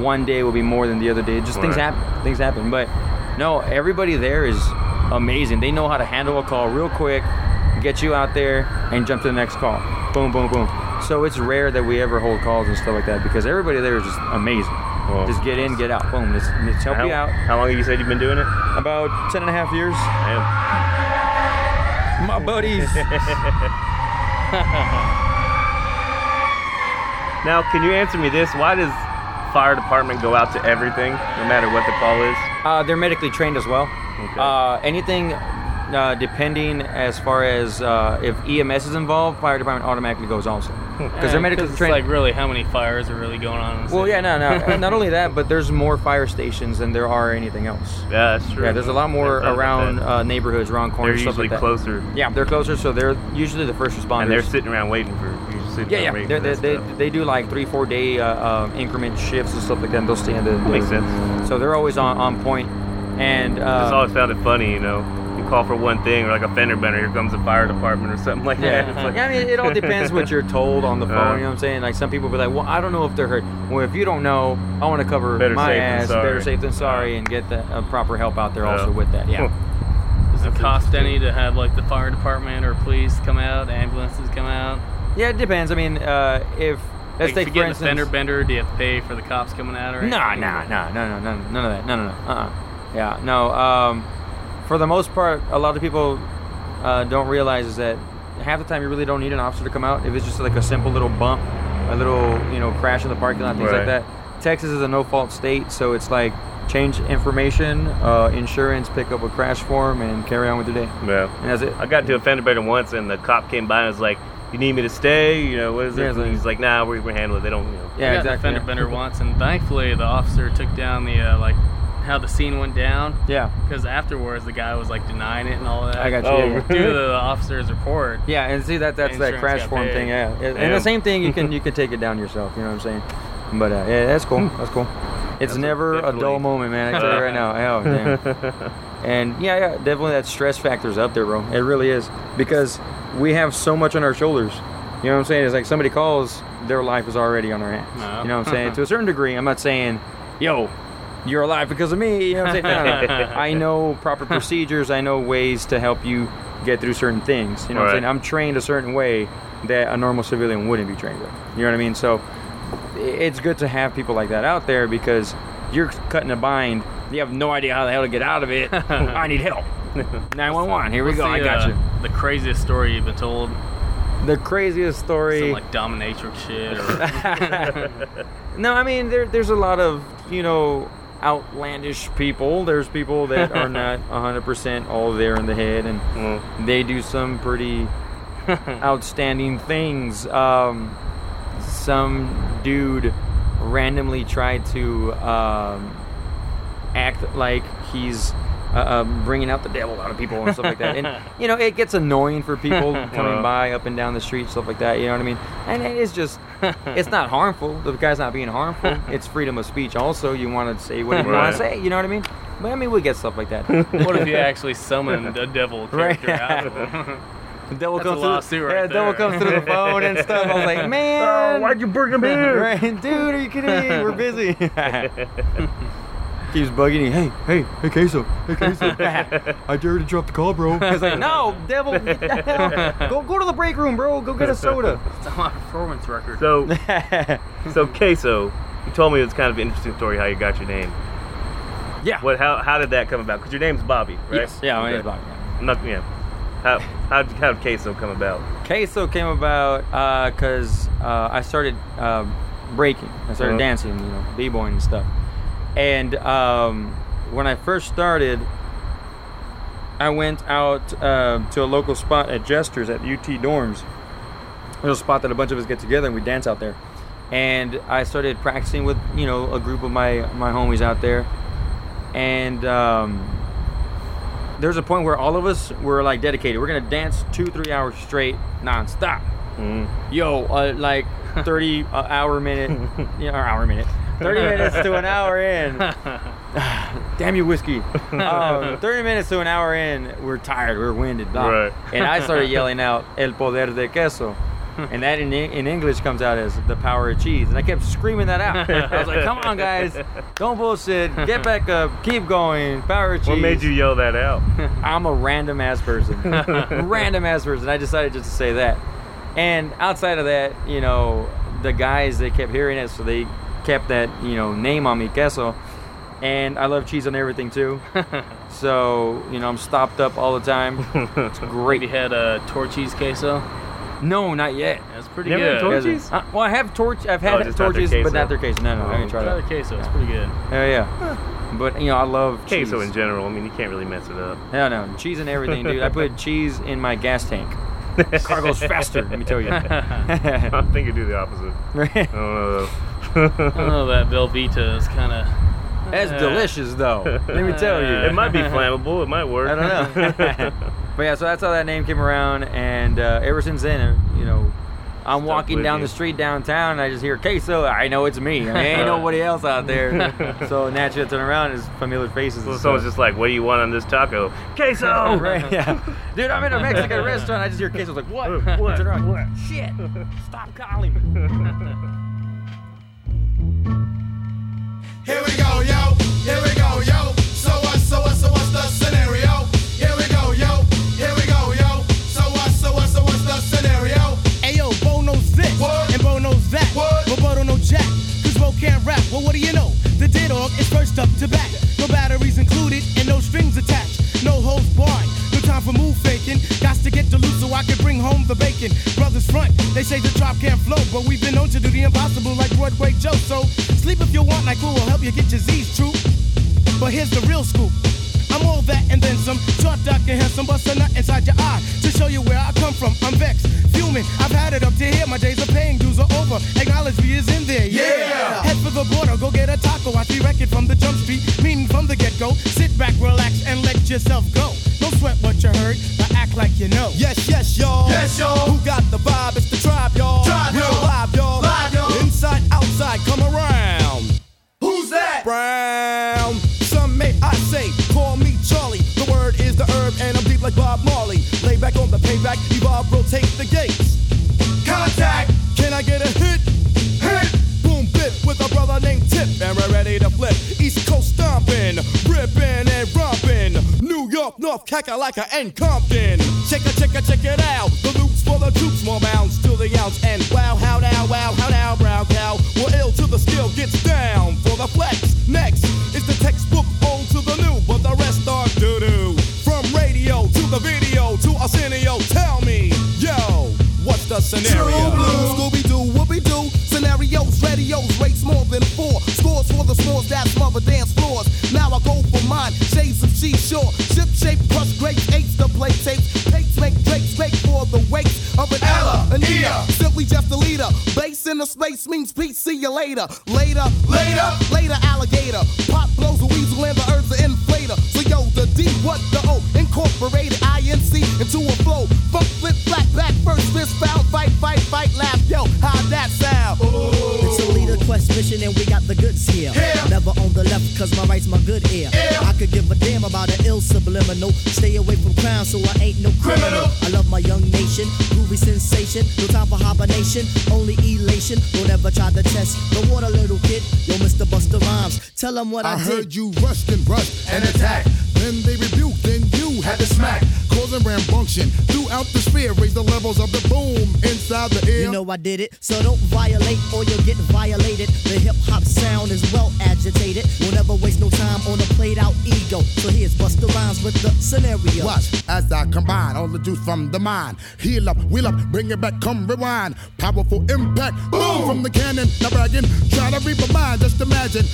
one day will be more than the other day just things
Right.
happen things happen but no everybody there is amazing they know how to handle a call real quick get you out there and jump to the next call boom boom boom so it's rare that we ever hold calls and stuff like that because everybody there is just amazing
Well,
just get in get out boom let's, let's help
how,
you out
How long have you said you've been doing it?
about 10 and a half years
Damn.
my buddies
Now, can you answer me this? Why does fire department go out to everything, no matter what the call is?
Uh, they're medically trained as well.
Okay.
Uh, anything uh, depending as far as uh, if EMS is involved, fire department automatically goes also
Hmm.
because
Yeah,
they're medically
it's
trained.
Like really, how many fires are really going on? In the
well,
city?
yeah, no, no. Not only that, but there's more fire stations than there are anything else.
Yeah, that's true.
Yeah, there's a lot more
Never thought about
around
that.
uh, neighborhoods, around
they're
corners, stuff
usually
like that.
closer,
Yeah, they're closer, so they're usually the first responders.
and they're sitting around waiting for. You're just sitting
yeah,
around
yeah,
waiting
they're,
for
they,
that
they,
stuff.
they do like three, four day uh, uh, increment shifts and stuff like that. And they'll stay in the.
That makes sense.
So they're always on, on point, and
I just
uh,
always found it funny, you know. You call for one thing, or like a fender bender, here comes the fire department, or something like that. It's like,
Yeah, uh-huh. I mean, it all depends what you're told on the phone.
Uh.
you know what I'm saying? Like some people be like, "Well, I don't know if they're hurt." Well, if you don't know, I want to cover
Better
my
safe than
ass. Better
sorry.
safe than sorry, and get the uh, proper help out there
Yeah.
also with that. Yeah.
Does it cost any to have like the fire department or police come out, ambulances come out?
Yeah, it depends. I mean, uh, if let's
Like,
take
if
for
you get
instance,
in a fender bender, do you have to pay for the cops coming out or?
No,
anything?
no, no, no, no, no, none of that. No, no, no. Uh-uh. Yeah, no. Um, for the most part, a lot of people uh, don't realize is that half the time you really don't need an officer to come out if it's just like a simple little bump, a little you know crash in the parking lot, things
Right.
like that. Texas is a no-fault state, so it's like change information, uh, insurance, pick up a crash form, and carry on with your day.
Yeah.
And that's it.
I got into a fender bender once, and the cop came by and was like, "You need me to stay? You know, what is
Yeah,
it?"
it's like-
And he's like, "Nah, we're gonna handle it. They don't." You know.
I
Yeah,
got in a
exactly.
fender bender once, and thankfully the officer took down the uh, like how the scene went down
Yeah.
because afterwards the guy was like denying it and all that.
I got you.
Oh,
yeah.
due to the officer's report.
Yeah, and see that that's that
Insurance
crash
got
form
paid.
thing. Yeah, and
Damn.
the same thing you can you can take it down yourself. You know what I'm saying? But uh, yeah, that's cool. That's cool. It's
That's a
never a,
definitely-
dull moment, man. I tell you right now. Oh damn. And yeah, yeah, definitely that stress factor's up there, bro. It really is because we have so much on our shoulders. You know what I'm saying? It's like somebody calls, their life is already on our hands.
No.
You know what I'm saying? to a certain degree, I'm not saying, yo, you're alive because of me. You know what I'm saying? No, no, no. I know proper procedures. I know ways to help you get through certain things. You know what I'm
Right.
saying? I'm trained a certain way that a normal civilian wouldn't be trained with. You know what I mean? So i- it's good to have people like that out there because you're cut in a bind. You have no idea how the hell to get out of it. I need help. 911. Here we
What's
go.
The,
I got
uh, The craziest story you've been told.
you. The craziest
Some
story.
like dominatrix shit or
No, I mean there, there's a lot of you know outlandish people. There's people that are not 100% all there in the head, and
Mm.
they do some pretty outstanding things. Um, some dude randomly tried to um, act like he's uh, uh, bringing out the devil out of people and stuff like that. And you know, it gets annoying for people coming
Wow.
by up and down the street, stuff like that. You know what I mean? And it is just, it's not harmful. The guy's not being harmful. It's freedom of speech. Also, you want to say what you want
Right.
to say. You know what I mean? But I mean, we get stuff like that.
what if you actually summoned a devil
Right.
character out of him?
The devil
That's a
comes through.
lawsuit right
yeah, the devil
there.
comes through the phone and stuff. I was like, man,
Oh, why'd you bring him here?
right, dude? Are you kidding me? We're busy. Keeps bugging you. Hey, hey, hey, queso, hey, queso. I dare you to drop the call, bro. I was like, no, devil, get the hell- go go to the break room, bro. Go get a soda.
It's on my performance record.
So, so queso, you told me it's kind of an interesting story how you got your name.
yeah.
What? How? How did that come about? Because your name's Bobby, right?
Yes. Yeah, my name's
Okay.
Bobby.
I'm not. Yeah. How? How? How did queso come about?
Queso came about because uh, I started uh, breaking. I started
Uh-huh.
dancing, you know, b-boying and stuff. And um, when I first started, I went out uh, to a local spot at Jester's at UT Dorms. It was a spot that a bunch of us get together and we dance out there. And I started practicing with, you know, a group of my, my homies out there. And um, there's a point where all of us were like dedicated. We're gonna dance two, three hours straight, nonstop.
Mm.
Yo, uh, like thirty uh, hour minute, you know, or hour minute, thirty minutes to an hour in. Damn you, whiskey. Um, thirty minutes to an hour in, we're tired, we're winded, blah.
Right.
And I started yelling out "El poder de queso," and that in in English comes out as "the power of cheese." And I kept screaming that out. I was like, "Come on, guys, don't bullshit. Get back up, keep going. Power of cheese."
What made you yell that out?
I'm a random ass person. random ass person. I decided just to say that. And outside of that, you know, the guys they kept hearing it, so they kept that you know name on me, Queso. And I love cheese on everything too. so you know, I'm stopped up all the time. It's
Have you
great.
had a torchese queso?
No, not yet.
That's pretty
Never had
good.
torch-
Hasn't-
Torchies?
Uh, well, I have torch. I've
Oh,
had
just not their
torches, but
queso.
not their case. No, no, I haven't
Oh,
tried
Try the
that. Oh,
queso. It's pretty good.
Yeah, yeah. But you know, I love cheese.
Queso in general. I mean, you can't really mess it up.
Hell no, cheese and everything, dude. I put cheese in my gas tank. Car goes faster, let me tell you.
I think you do the opposite. I don't know.
I
Though.
don't know that Velveeta is uh, kind of.
That's delicious, though. Let me tell
it
you.
might be flammable. It might work.
I don't know. but yeah, so that's how that name came around, and uh, ever since then, uh, you know, I'm
Stuck
walking
with
down
you.
the street downtown, and I just hear queso. I know it's me. I mean, ain't nobody else out there. so naturally, I turn around, and it's familiar faces.
so
and
someone's
stuff.
just like, "What do you want on this taco?" Queso.
right, yeah. Dude, I'm in a Mexican restaurant. I just hear queso. I was like, what?
What?
Turn around,
What?
Shit! Stop calling me.
Here we go, yo. Here we go, yo. So what, so what, so what's the scenario? Here we go, yo. Here we go, yo. So what, so what, so what's the scenario?
Ayo, Bo knows this,
What?
and Bo knows that,
What?
but Bo don't know jack, cause Bo can't rap. Well, what do you know? The dead dog is first up to bat. No batteries included, and no strings attached. No holes barred, no time for move faking. Got to get to loot so I can bring home the bacon. Brothers front, they say the drop can't flow, but we've been known to do the impossible like Broadway Joe. So sleep if you want, like who will help you get your Z's true. But here's the real scoop. I'm all that and then some. Short, dark, and handsome, bust a nut inside your eye to show you where I come from. I'm vexed, fuming. I've had it up to here. My days of paying dues are over. Acknowledge me is in there. Yeah.
Yeah.
Head for the border, go get a taco. I see record from the jump street, meaning from the ghetto. yourself go. Don't sweat what you heard, but act like you know.
Yes, yes, y'all.
Yes, y'all.
Who got the vibe? It's the tribe, y'all.
Tribe,
We're
y'all.
live, y'all.
Live, y'all.
Inside, outside, come around.
Who's that?
Brown. Some may I say, call me Charlie. The word is the herb, and I'm deep like Bob Marley. Lay back on the payback, evolve, rotate the gates.
Contact.
Can I get a hit?
Hit.
Boom bip with a brother named Tip, and we're ready to flip. East Coast stomping, ripping and romping. New York, North Kakalaka, and Compton. Check it, check it, check it out. The loops for the troops, more bounds to the ounce. And wow, how now, wow, how now, brown cow. We're ill till the skill gets down for the flex. Next is the textbook old to the new, but the rest are doo doo. From radio to the video to Arsenio, tell me, yo, what's the scenario?
True blue.
Scooby Doo, Whoopi Doo. Scenarios, radios, rates more than four. Scores for the snores that smother dance floors. Now I go for mine, shades of she shore. Ship shape, crush great apes to play tapes. Takes make drakes straight for the weights of an Ella, an
Ella.
Simply just a leader. Bass in the space means peace, see you later. Later,
Later.
later, alligator. Pop blows a weasel and the earth's an inflator. So yo, the D, what the O? Incorporated INC into a flow. Fuck, flip, flat, back, first, fist, foul, fight, fight, fight, laugh. Yo, how'd that sound?
It's a leader quest mission and we got the goods here.
Yeah.
Never on the left cause my right's my good ear.
Yeah.
I could give a damn about an ill subliminal. Stay away from crime so I ain't no
Criminal.
criminal. I love my young nation, groovy sensation. No time for hibernation, only elation. Don't ever try to test the water, little kid. Yo, Mr. Buster Rhymes, tell them what I,
I
did.
heard you rushed and rushed,
An attack.
then they rebuked, then you
Had to smack.
causing rambunction throughout the sphere. Raise the levels of the boom inside the air.
You know I did it, so don't violate or you'll get violated. The hip hop sound is well agitated. We'll never waste no time on a played out ego. So here's Busta Rhymes with the scenario.
Watch as I combine all the juice from the mind. Heal up, wheel up, bring it back, come rewind. Powerful impact, boom, from the cannon. Now bragging, try to reap a mind. Just imagine,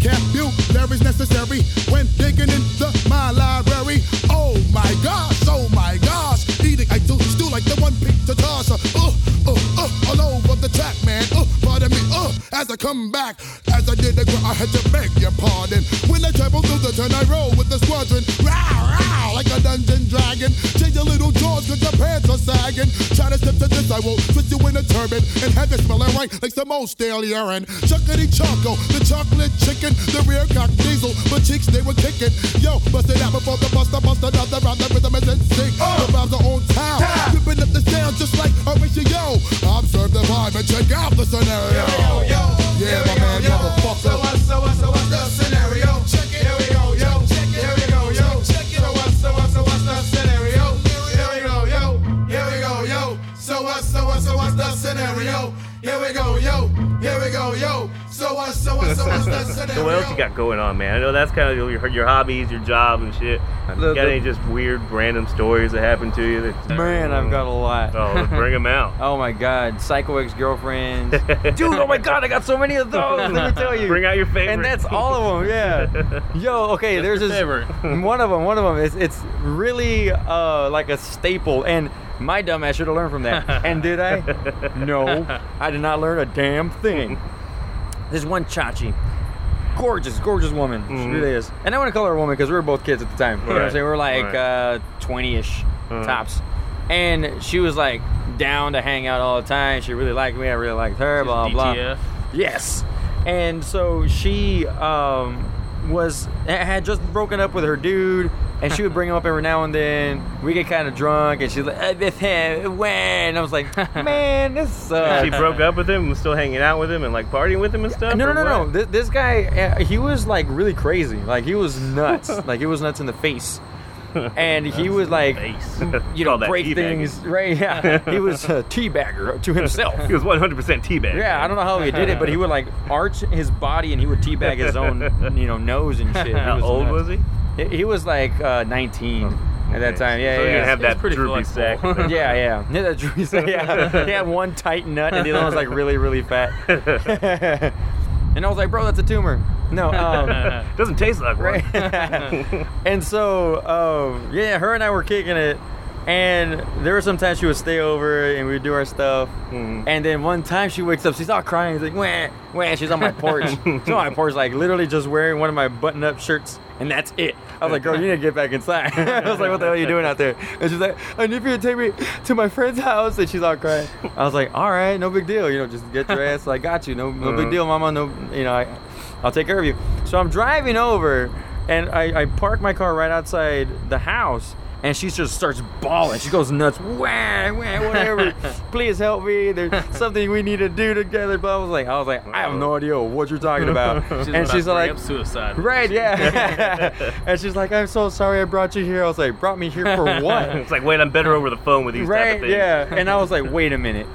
vocabulary's necessary when digging into my library. Oh my gosh, oh my gosh, eating I do stew like the one pizza tosser. Uh, uh, uh, all over the track, man. Uh, pardon me, uh, as I come back, as I did the gr- I had to beg your pardon. When I travel through the turn, I roll with the squadron. Row, row, like a dungeon dragon. Change your little jaws, cause your pants are sagging. Try to step to this, I will twist you in a turban and have it smelling right like some old stale urine. Chuckity choco, the chocolate chicken, the rear cock diesel, but cheeks they were kicking. Yo, bust it out before the buster, bust another round, the rhythm is in sync.
Uh.
The vibes are on time,
Time.
ripping up the sound just like Horatio. Observe the vibe and check out the scenario. Yeah, my man, motherfucker.
So what, so what, so what's the scenario? Check it. Here we go, yo. Check it. Here we go, yo. Check it. So what, so what, so what's the scenario? Here we go, yo. Here we go, yo. So what, so what, so what's the scenario? Here we go, yo. Here we go, yo. So what, so what, so what's the scenario?
So what else you got going on, man? I know that's kind of your, your hobbies, your job and shit.
The-
you got
the-
any just weird, random stories that happened to you? That,
Man, I've got a lot.
Oh, bring them out.
Oh my God, psycho ex girlfriends.
Dude,
oh my God, I got so many of those. Let me tell you.
Bring out your favorite.
And that's all of them. Yeah. Yo, okay. there's
your
this
favorite.
one of them. One of them. It's it's really uh, like a staple, and my dumb ass should have learned from that. and did I? No, I did not learn a damn thing. There's one chachi. Gorgeous, gorgeous woman. She
Mhm.
really is. And I want to call her a woman because we were both kids at the time. You know what I'm
Right,
saying? We were like
right.
uh, 20-ish
Uh-huh.
tops. And she was like down to hang out all the time. She really liked me. I really liked her. blah blah.
DTF.
Yes. And so she um, was had just broken up with her dude, and she would bring him up every now and then. We get kind of drunk, and she's like, "Uh, with him, when?" And I was like, "Man, this sucks."
she broke up with him and was still hanging out with him and like partying with him and stuff.
no, no,
or
no, no.
what?
This, this guy, uh, he was like really crazy. Like he was nuts. like he was nuts in the face, and he was like,
Face.
you
Call
know,
that
break
teabagging.
things. Right? Yeah. he was a teabagger to himself.
He was 100% teabag.
Yeah, I don't know how he did it, but he would like arch his body and he would teabag his own, you know, nose and shit. He
How old
nuts.
was he?
he?
Oh,
He was like uh, 19 at that time. Yeah,
Okay. so
yeah.
he didn't
yeah.
have
It was
that
pretty
droopy
flexible.
sack.
yeah, yeah, yeah. That's true. So, yeah, he had one tight nut and the other one was like really, really fat. and I was like, bro, that's a tumor. No, um,
Doesn't taste like one.
right? and so, um, yeah, her and I were kicking it, And there were some times she would stay over and we'd do our stuff. And then one time she wakes up, she's all crying. She's like, wah, wah. She's on my porch. she's on my porch, like literally just wearing one of my button up shirts. And that's it. I was like, girl, you need to get back inside. I was like, what the hell are you doing out there? And she's like, I need you to take me to my friend's house. And she's all crying. I was like, all right, no big deal. You know, just get your ass. I got you. No, no big deal, mama. No, you know, I, I'll take care of you. So I'm driving over and I, I park my car right outside the house and she just starts bawling. She goes nuts. Wah, wah, whatever. Please help me. There's something we need to do together. But I was like, I was like, I have no idea what you're talking about. and she's like,
up suicide.
right, yeah. and she's like, I'm so sorry I brought you here. I was like, brought me here for what?
It's like, wait, I'm better over the phone with these type
right,
of things.
yeah. And I was like, wait a minute.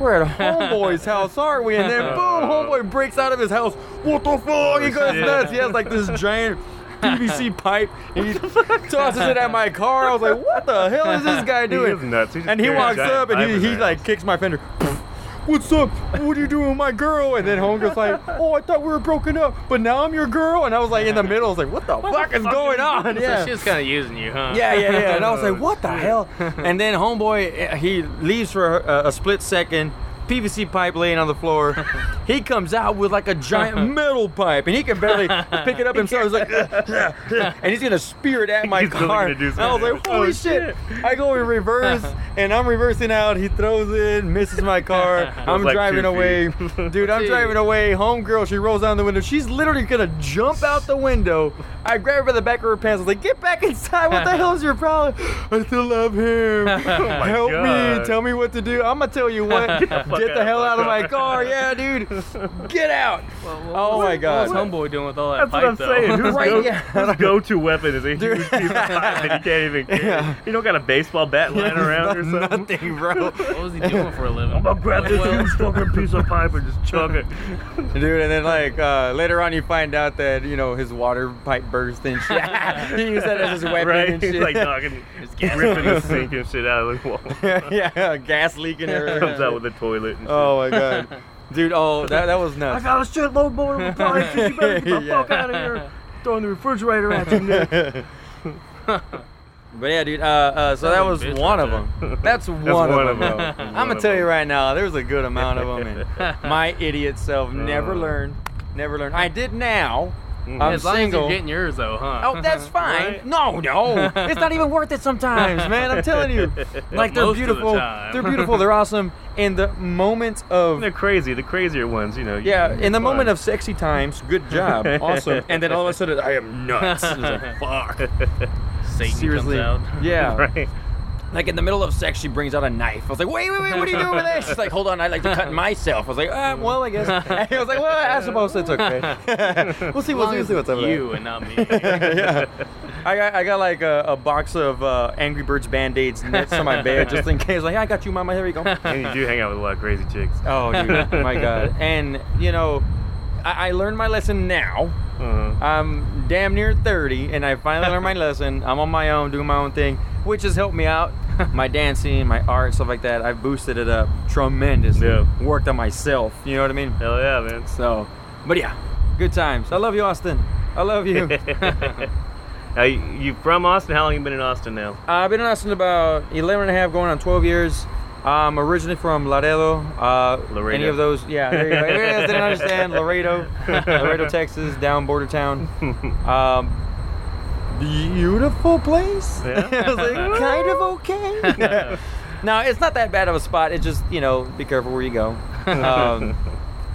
We're at homeboy's house, aren't we? And then boom, homeboy breaks out of his house. What the fuck? He goes
shit.
nuts. He has like this giant PVC pipe. He tosses it at my car. I was like, what the hell is this guy
He
doing?
is nuts. He's just
and he
carrying a
walks
giant
up and
fiber
he, he
there.
like kicks my fender. What's up? What are you doing with my girl? And then homegirl's like, oh, I thought we were broken up, but now I'm your girl. And I was like in the middle. I was like, what the fuck is going on?
So she was kind of using you, huh?
Yeah, yeah, yeah. And I was like, what the hell? And then homeboy, uh, he leaves for a, a split second. PVC pipe laying on the floor. He comes out with like a giant metal pipe, and he can barely pick it up himself. He's like, and he's gonna spear it at my
He's really
car.
gonna do
And I was like,
something.
holy
Oh,
shit! I go in reverse, and I'm reversing out. He throws it, misses my car. I'm
like two
driving
feet.
away, dude. I'm driving away. Homegirl, she rolls down the window. She's literally gonna jump out the window. I grab her by the back of her pants. I was like, get back inside. What the hell is your problem? I still love him. Help me.
God.
Tell me what to do. I'm gonna tell you what. get the,
fuck out of
hell
my
out of my car. Yeah, dude. Get out. oh my
What's
god.
homeboy doing with all
That's
that pipe
what I'm
though?
saying. Who's
Right,
go,
yeah.
whose go-to weapon is a
Dude.
huge piece of pipe that you can't even carry?
Yeah.
You don't got a baseball bat lying around or something?
Nothing, bro.
What was he doing for a living?
I'm gonna grab
What-
this
what
huge
else?
fucking piece of pipe and just chug it.
dude. And then like uh, later on, you find out that you know his water pipe burst and shit. he used that as his weapon
right?
and
He's
shit.
like knocking,
It's gas.
ripping the sink and shit out of the wall.
yeah, gas leaking. Or,
Comes out with a toilet and shit.
oh my god, dude. Oh, that that was nuts.
got a shitload more of pipes. You better get the fuck out of here. Throwing the refrigerator at you, Nick. Mm.
But yeah, dude. Uh, uh, so that was
bitch
one
right
of them. That's one,
one
of
of
them.
'em. One
I'm gonna
of
tell you
'em.
right now, there was a good amount of them, and my idiot self never
Uh.
learned, never learned. I did now. I'm
As long as
single.
you're getting yours though, huh?
Oh, that's fine. No, no, it's not even worth it sometimes, man. I'm telling you, like they're
Most of the
beautiful.
time.
they're beautiful. They're awesome. In the moment of
They're crazy. The crazier ones, you know. you-
yeah,
it's
in the moment
fun.
of sexy times, good job, awesome. And then all of a sudden, I am nuts. It's like, Fuck.
Satan
Seriously.
comes out.
Yeah.
right.
Like in the middle of sex, she brings out a knife. I was like, wait, wait, wait, what are you doing with that? She's like, hold on, I like to cut myself. I was like, uh, well, I guess. I was like, well, I suppose it's okay. we'll see, we'll see, we'll see what's up. with that.
You and not me.
yeah. I got, I got like a, a box of uh, Angry Birds band aids next to my bed just in case. Like, I got you, mama. Here you go.
And you do hang out with a lot of crazy chicks.
Oh, dude, my God. And, you know, I, I learned my lesson now.
Uh,
I'm damn near 30, and I finally learned my lesson. I'm on my own, doing my own thing, which has helped me out. My dancing, my art, stuff like that. I've boosted it up tremendously.
Yeah.
Worked on myself. You know what I mean?
hell yeah, man.
So, but yeah, good times. I love you, Austin. I love you.
Now, you, you from Austin? How long you been in Austin now?
I've been in Austin about 11 and a half, going on 12 years. I'm originally from Laredo. Uh,
Laredo.
Any of those? Yeah, there you go. If you guys didn't understand, Laredo, Laredo, Texas, down border town. Um, beautiful place.
Yeah.
I was like, kind of okay. no, it's not that bad of a spot. It's just you know, be careful where you go. Um,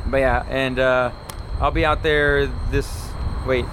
but yeah, and uh, I'll be out there this. Wait,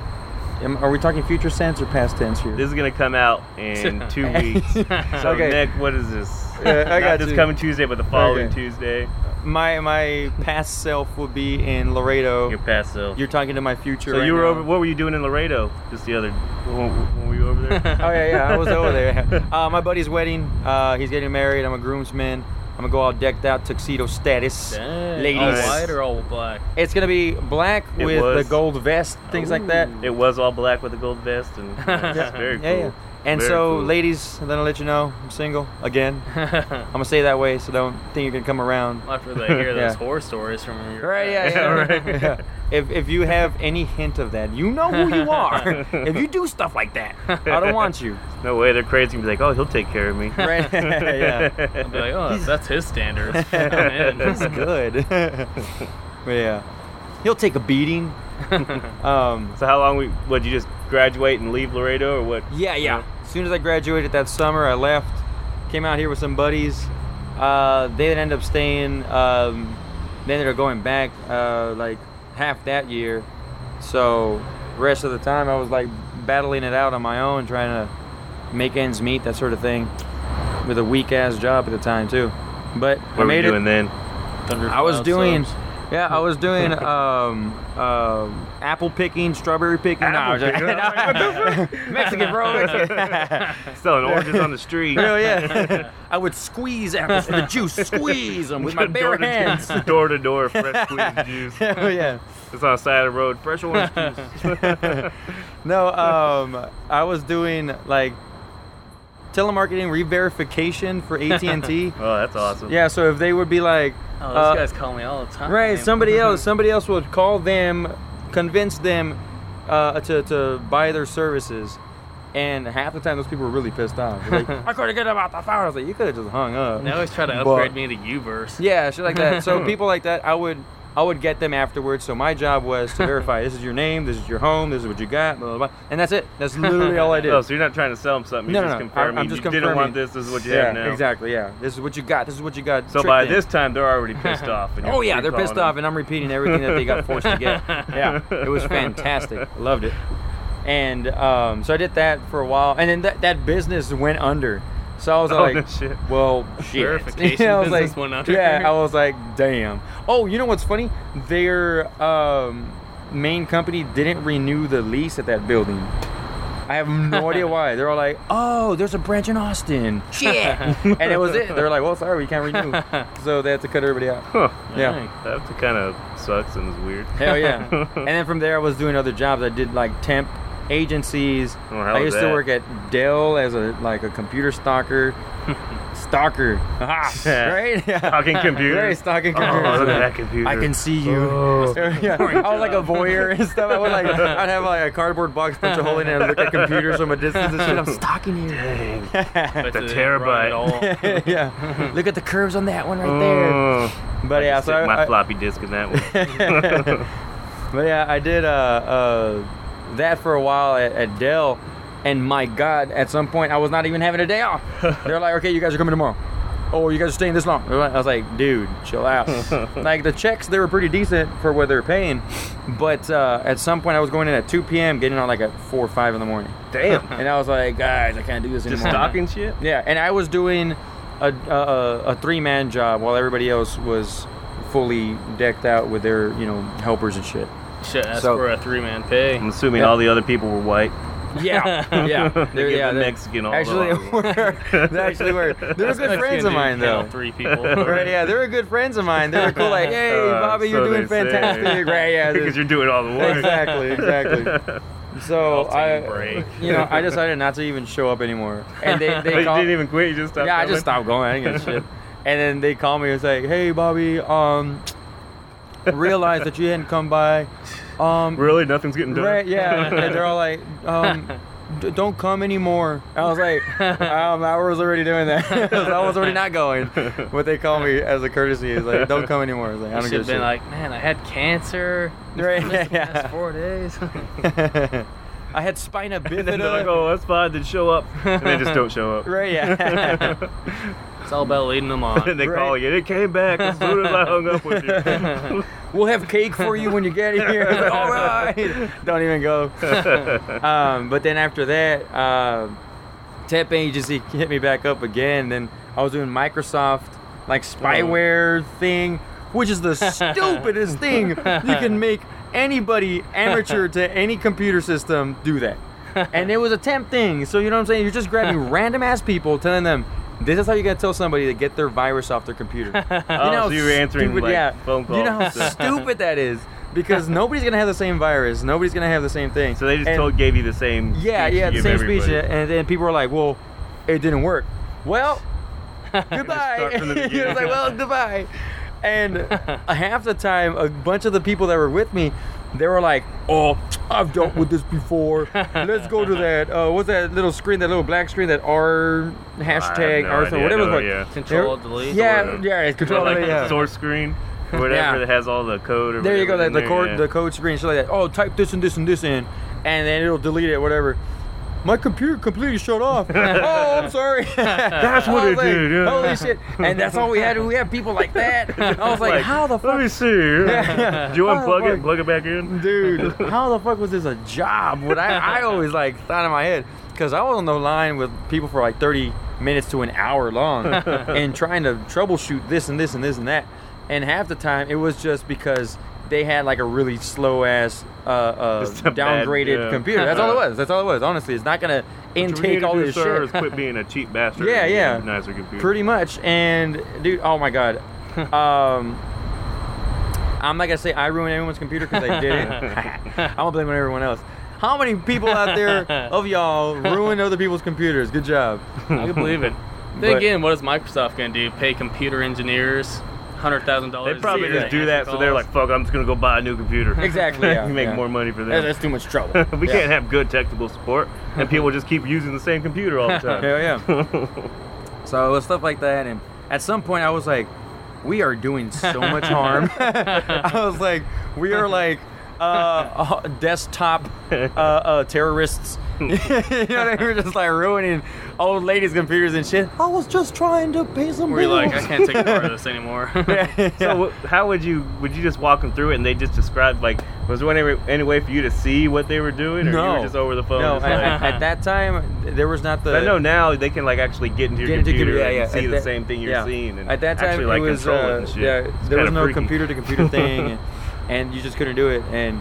am, are we talking future tense or past tense here?
This is gonna come out in two weeks. So
Okay.
Nick, what is this?
Yeah, I
Not
got
this
you.
coming Tuesday, but the following
Okay.
Tuesday.
my my past self would be in Laredo.
Your
Oh. You're,
past self.
talking to my future.
so
right
you were
now.
over. What were you doing in Laredo? Just the other. When, when were you over there?
Oh yeah, yeah. I was over there. Uh, my buddy's wedding. Uh, he's getting married. I'm a groomsman. I'm gonna go all decked out, tuxedo status.
Dang.
Ladies.
All white or all black?
It's gonna be black
It
with
was.
the gold vest, things like that.
It was all black with a gold vest, and yeah, it's very cool.
Yeah, yeah. And
Very
so,
cool.
ladies, I'm gonna let you know I'm single again. I'm gonna say it that way, so don't think you're gonna come around.
After they hear
Yeah.
those horror stories from your
Right? Yeah. yeah.
Right.
yeah. If, if you have any hint of that, you know who you are. if you do stuff like that, I don't want you.
No way, they're crazy. and Be like, oh, he'll take care of me.
Right? yeah.
I'll be like, oh, that's his standards.
"Oh,
I'm in.
That's good. but yeah, he'll take a beating. um,
So how long we? Would you just graduate and leave Laredo, or what?
Yeah, yeah. As soon as I graduated that summer, I left, came out here with some buddies. Uh, they ended up staying. Um, they ended up going back uh, like half that year. So rest of the time, I was like battling it out on my own, trying to make ends meet, that sort of thing, with a weak ass job at the time too. But I
What were
made
you
it.
doing then?
I was
Thundercloud
doing,
subs.
yeah, I was doing um, um, apple picking, strawberry picking. No, I was just- Mexican, bro. Mexican.
Selling oranges on the street.
Hell yeah. I would squeeze apples, the juice, squeeze them with my bare
Door to-
hands.
Door to door, fresh squeezed juice.
Hell Oh, yeah.
It's on the side of the road. Fresh orange juice.
No, um, I was doing like telemarketing re-verification for AT&T.
Oh, that's awesome.
yeah, so if they would be like,
Oh, these
uh,
guys call me all the time.
right, somebody else, somebody else would call them, convince them uh, to, to buy their services. And half the time, those people were really pissed off. They're Like, I could have got about the phone. I was like, you could have just hung up.
They always try to
But-
upgrade me to Uverse.
Yeah, shit like that. So people like that, I would I would get them afterwards. So my job was to verify this is your name, this is your home, this is what you got, blah blah, blah. and that's it. That's literally all I did.
Oh, so you're not trying to sell them something. You're
No, no,
just
no.
confirming.
I'm- I'm just
you didn't want
confirming.
this. This is what you
yeah,
have now.
exactly. Yeah, this is what you got. This is what you got.
So
Trick
by
them.
this time, they're already pissed off. and you're-
Oh yeah,
you're
they're pissed
calling
off, and I'm repeating everything that they got forced to get. Yeah, it was fantastic. I Loved it. And um, so I did that for a while, and then that, that business went under. So I was
Oh,
like,
no shit.
well, shit.
Verification
I was
business
like,
went under.
Yeah, I was like, damn. Oh, you know what's funny? Their um, main company didn't renew the lease at that building. I have no idea why. They're all like, "Oh, there's a branch in Austin." Shit. and it was it. They're like, "Well, sorry, we can't renew." So they had to cut everybody out.
Huh.
Yeah.
That kind of sucks and is weird.
Hell yeah. and then from there, I was doing other jobs. I did like temp agencies.
Oh, how
I
was
used
that?
to work at Dell as a like a computer stalker. stalker. Aha. right? Yeah.
Talking computers.
Very stalking
Ah, Oh,
computers.
look at that computer. Oh.
I can see you. yeah. I was like a voyeur and stuff. I would like, I'd have like a cardboard box, punch a hole in it, and look at computers from a distance and shit. I'm stalking you.
But
The
they didn't run it
terabyte.
all.
yeah. Look at the curves on that one
Mm.
right there. But yeah, so
Oh. my
I, I,
floppy disk in that one.
But yeah, I did uh, uh, that for a while at, at Dell, and my God, at some point I was not even having a day off. They're like, "Okay, you guys are coming tomorrow." Oh, you guys are staying this long. I was like, "Dude, chill out." like the checks, they were pretty decent for what they were paying, but uh, at some point I was going in at 2 p.m., getting out like at four or five in the morning,
Damn.
and I was like, "Guys, I can't do this
Just
anymore."
stalking shit.
Yeah, and I was doing a, a, a- a three man job while everybody else was fully decked out with their you know helpers and shit.
Should ask
So-
for a three-man pay.
I'm assuming
Yeah.
all the other people were white.
Yeah, yeah,
They
they're,
give
yeah, they're-
the Mexican all
Actually,
the
were. they actually were. They were good friends of mine, though.
Three people.
Right, yeah, they were good friends of mine. They were cool, like, hey,
Uh,
Bobby, you're
so
doing
they say.
fantastic. Right, yeah,
because
this-
you're doing all the work.
exactly, exactly. So
I'll take a
I,
break.
you know, I decided not to even show up anymore, and they
But
they
you
called,
didn't even quit. You just stopped.
yeah, I
coming?
just stopped going. I didn't give a shit. And then they called me and was like, hey, Bobby, um, realized that you hadn't come by. Um,
Really, nothing's getting done.
Right, yeah. And they're all like, um, d- don't come anymore. I was like, um, I was already doing that. I was already not going. What they call me as a courtesy is like, don't come anymore. I was like, I
I
don't
should
give a
have
shit.
been like, man, I had cancer.
right, yeah,
That's four days.
yeah. I had spina
And then
bifida.
they're like, oh, that's fine. Then show up. And they just don't show up.
Right, yeah.
It's all about leading them on.
And they call
Right.
you. They came back as soon as I hung up with you.
we'll have cake for you when you get here. Like, All right, don't even go. um, but then after that, uh, temp agency hit me back up again. Then I was doing Microsoft like spyware thing, which is the stupidest thing you can make anybody amateur to any computer system do that. And it was a temp thing, so you know what I'm saying. You're just grabbing random ass people, telling them. This is how you gotta tell somebody to get their virus off their computer. You
Oh,
know
so
how
you were answering,
stupid-
like, phone
You know how
calls.
stupid that is. because nobody's gonna have the same virus. Nobody's gonna have the same thing.
So they just
And-
told gave you the same.
Yeah,
speech
yeah, the
you
same
give
speech, uh,
everybody.
and then people were like, "Well, it didn't work." Well, goodbye.
start from the
he was
beginning.
like, "Well, goodbye." And half the time, a bunch of the people that were with me, they were like, "Oh, I've dealt with this before. Let's go to that. Uh, what's that little screen? That little black screen? That R hashtag
no
R
idea,
whatever
no,
it's
yeah.
called.
Control, delete,
Yeah,
or-
yeah, it's
Or
control.
like
delete, yeah.
the source screen, or whatever
Yeah.
that has all the code. Or
There you go,
whatever
like
in
the
there,
code,
yeah.
the code screen, shit like that. Oh, type this and this and this in, and then it'll delete it, whatever. My computer completely shut off. oh, I'm sorry. that's
what it
like,
did, yeah.
Holy shit! And that's all we had. We had people like that. I was like, how the
Let
fuck,
me see. Do you
How the
unplug
fuck-
it? Plug it back in.
dude? How the fuck was this a job? What I, I always like thought in my head because I was on the line with people for like 30 minutes to an hour long, and trying to troubleshoot this and this and this and that. And half the time, it was just because they had like a really slow ass uh, uh,
Just a bad-
downgraded
yeah.
computer. That's all it was. That's all it was. Honestly, it's not gonna
What we need
intake
to
all
do,
this
sir, is
shit.
quit being a cheap bastard.
Yeah,
and get
yeah.
a Nicer computer.
Pretty much. And dude, oh my god. Um, I'm not gonna say I ruined everyone's computer because I didn't. I'm gonna blame it on everyone else. How many people out there of y'all ruined other people's computers? Good job.
I can believe it. Then
But-
again, what is Microsoft going to do? Pay computer engineers hundred thousand
They
dollars?
probably just do that, so they're like, "Fuck, I'm just gonna go buy a new computer."
Exactly, yeah,
you make
yeah.
more money for
That-
them.
That's too much trouble.
we
Yeah.
can't have good technical support, and people just keep using the same computer all the time.
Hell yeah. so it was stuff like that, and at some point I was like, we are doing so much harm. I was like, we are like uh, uh, desktop uh, uh, terrorists. you know, they were just like ruining old ladies' computers and shit. I was just trying to pay some
We're
bills.
like, I can't take part of this anymore.
So wh- how would you would you just walk them through it and they just described like was there any, any way for you to see what they were doing or you were just over the phone?
No,
just
at,
like-
at- at that time th- there was not the.
I know now they can like actually get into your
Get into
computer
computer, yeah, yeah.
and see
At
the
that-
same thing you're
yeah.
seeing. And
At that time,
actually, like,
it was
control
uh,
and shit.
yeah,
It's
there was
kinda
no
freaky.
computer to computer thing, and, and you just couldn't do it. And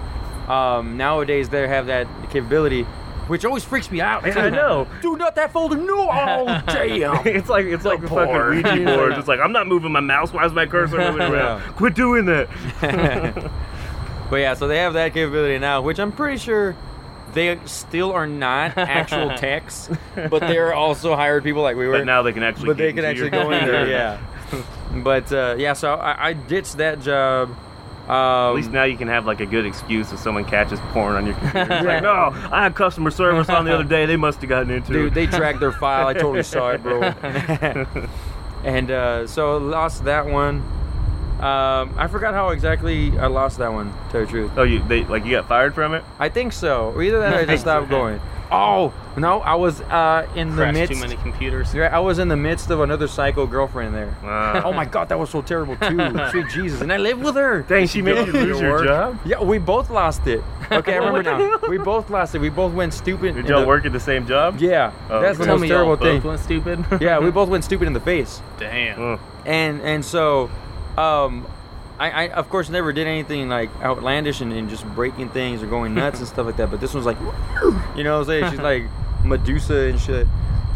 um, nowadays they have that capability, which always freaks me out.
Yeah, I know.
Do not that folder. No, oh damn.
it's like it's like the fucking Ouija board. It's like I'm not moving my mouse. Why is my cursor moving around?
Yeah.
Quit doing that.
But yeah, so they have that capability now, which I'm pretty sure they still are not actual techs, but they're also hired people like we were.
But now they can actually.
but
get
they can
into
actually
your
go in there,
computer.
yeah. But uh, yeah, so I, I ditched that job. Um,
At least now you can have like a good excuse if someone catches porn on your computer. It's like, no, I had customer service on the other day. They must have gotten into
Dude,
it.
they tracked their file. I totally saw it, bro. and uh, so lost that one. Um, I forgot how exactly I lost that one. To tell you the truth,
oh, you they like you got fired from it?
I think so. Or Either that, or I just stopped going. Oh no, I was uh, in the
Crashed
midst.
too many computers.
Yeah, I was in the midst of another psycho girlfriend there.
Uh,
Oh my god, that was so terrible too. Sweet Jesus, and I lived with her.
Dang, she made you lose your job.
Yeah, we both lost it. Okay, I remember
What the
now. We both lost it. We both went stupid.
Did
in
y'all
the-
work at the same job?
Yeah,
Oh,
that's the
okay.
Tell
most
me, y'all
terrible thing.
both went stupid.
Yeah, we both went stupid in the face.
Damn.
Uh,
and and so um I, I of course never did anything like outlandish and, and just breaking things or going nuts and stuff like that but this one's like you know what i'm saying she's like medusa and shit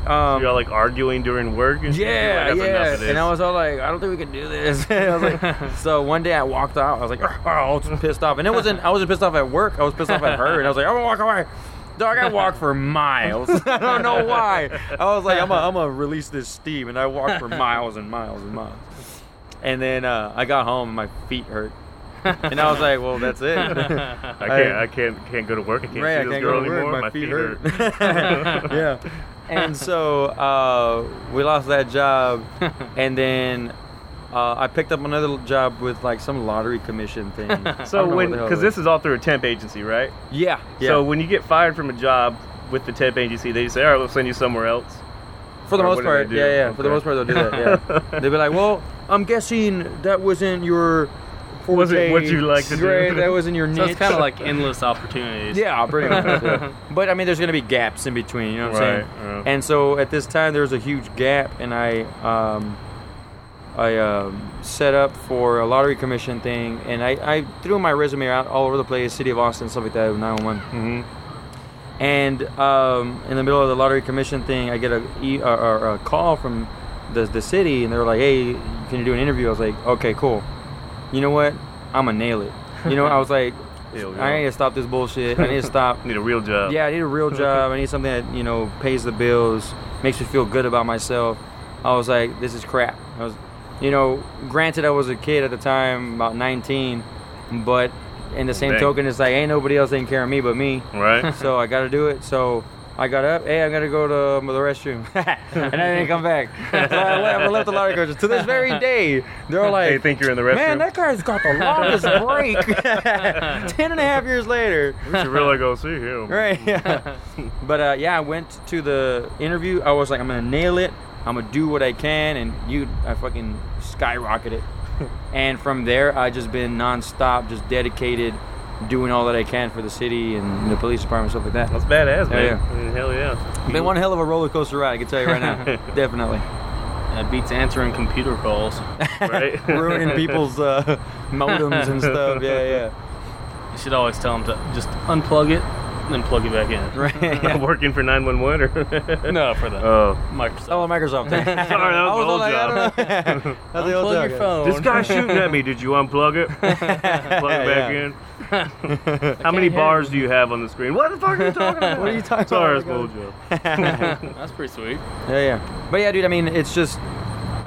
um
you all like arguing during work and shit?
yeah,
You're like, "That's enough
yeah.
of this."
And I was all like, I don't think we can do this. I was like, so one day I walked out. I was like, "Ugh, oh, I was pissed off. And it wasn't. I wasn't pissed off at work. I was pissed off at her. And I was like, I'm gonna walk away. Dog, I walked for miles. I don't know why. I was like, I'm gonna I'm gonna release this steam, and I walked for miles and miles and miles. And then uh, I got home, and my feet hurt. And I was like, well, that's it.
I can't, I can't, can't go to work. I can't
Right, I
see this
can't
girl
go to work.
anymore.
My feet hurt.
hurt.
yeah. And so uh, we lost that job, and then uh, I picked up another job with like some lottery commission thing.
so when, because this is all through a temp agency, right?
yeah, yeah.
So when you get fired from a job with the temp agency, they say, all right, we'll send you somewhere else.
for the most
or what do they
part,
do?
yeah, yeah. For the
Okay.
most part, they'll do that. Yeah, they'll be like, "Well, I'm guessing that wasn't your
Wasn't what
forte,
you like to do."
right? That wasn't your niche."
So it's kind of like endless opportunities.
Yeah, pretty much. yeah. But I mean, there's gonna be gaps in between. You know what I'm
Right,
saying?
yeah.
And so at this time, there was a huge gap, and I, um, I um, set up for a lottery commission thing, and I, I threw my resume out all over the place, city of Austin, stuff like that, 911.
Mm-hmm.
And um, in the middle of the lottery commission thing, I get a, e- or- or a call from the, the city, and they were like, "Hey, can you do an interview?" I was like, "Okay, cool. You know what? I'm gonna nail it." You know, I was like,
Hell yeah.
I need to stop this bullshit. I need to stop.
Need a real job.
Yeah, I need a real job. I need something that you know pays the bills, makes me feel good about myself. I was like, this is crap. I was, you know, granted I was a kid at the time, about 19, but in the same
Dang.
token, it's like ain't nobody else taking care of me but me.
Right.
So I got to do it. So I got up. Hey, I'm gonna go to um, the restroom, and I didn't come back. So I left, I left the lottery coaches to this very day. They're all like,
they think you're in the restroom.
Man, that guy's got the longest break. Ten and a half years later.
we should really go see him.
Right. Yeah. but uh, yeah, I went to the interview. I was like, I'm gonna nail it. I'm gonna do what I can, and you, I fucking skyrocketed. and from there, I just been nonstop, just dedicated, doing all that I can for the city and the police department, stuff like that.
That's badass, man.
Yeah,
Hell yeah.
Been one hell of a roller coaster ride, I can tell you right now. Definitely
That beats answering computer calls.
Right.
ruining people's uh, modems and stuff. Yeah, yeah.
You should always tell them to just unplug it, and then plug it back in.
Right. yeah.
Not working for 911 or.
No, for the
Uh,
Oh.
Microsoft.
Hello, Microsoft. Sorry, that
Sorry, that was the old job.
That's the old
Unplug
job.
your
yeah.
phone.
This guy's shooting at me. Did you unplug it? Plug it back
Yeah.
in. How many bars do you have on the screen? What the fuck are you talking about?
What are you talking
Sorry,
about?
Sorry, it's Mojo.
That's pretty sweet.
Yeah, yeah. But yeah, dude, I mean, it's just,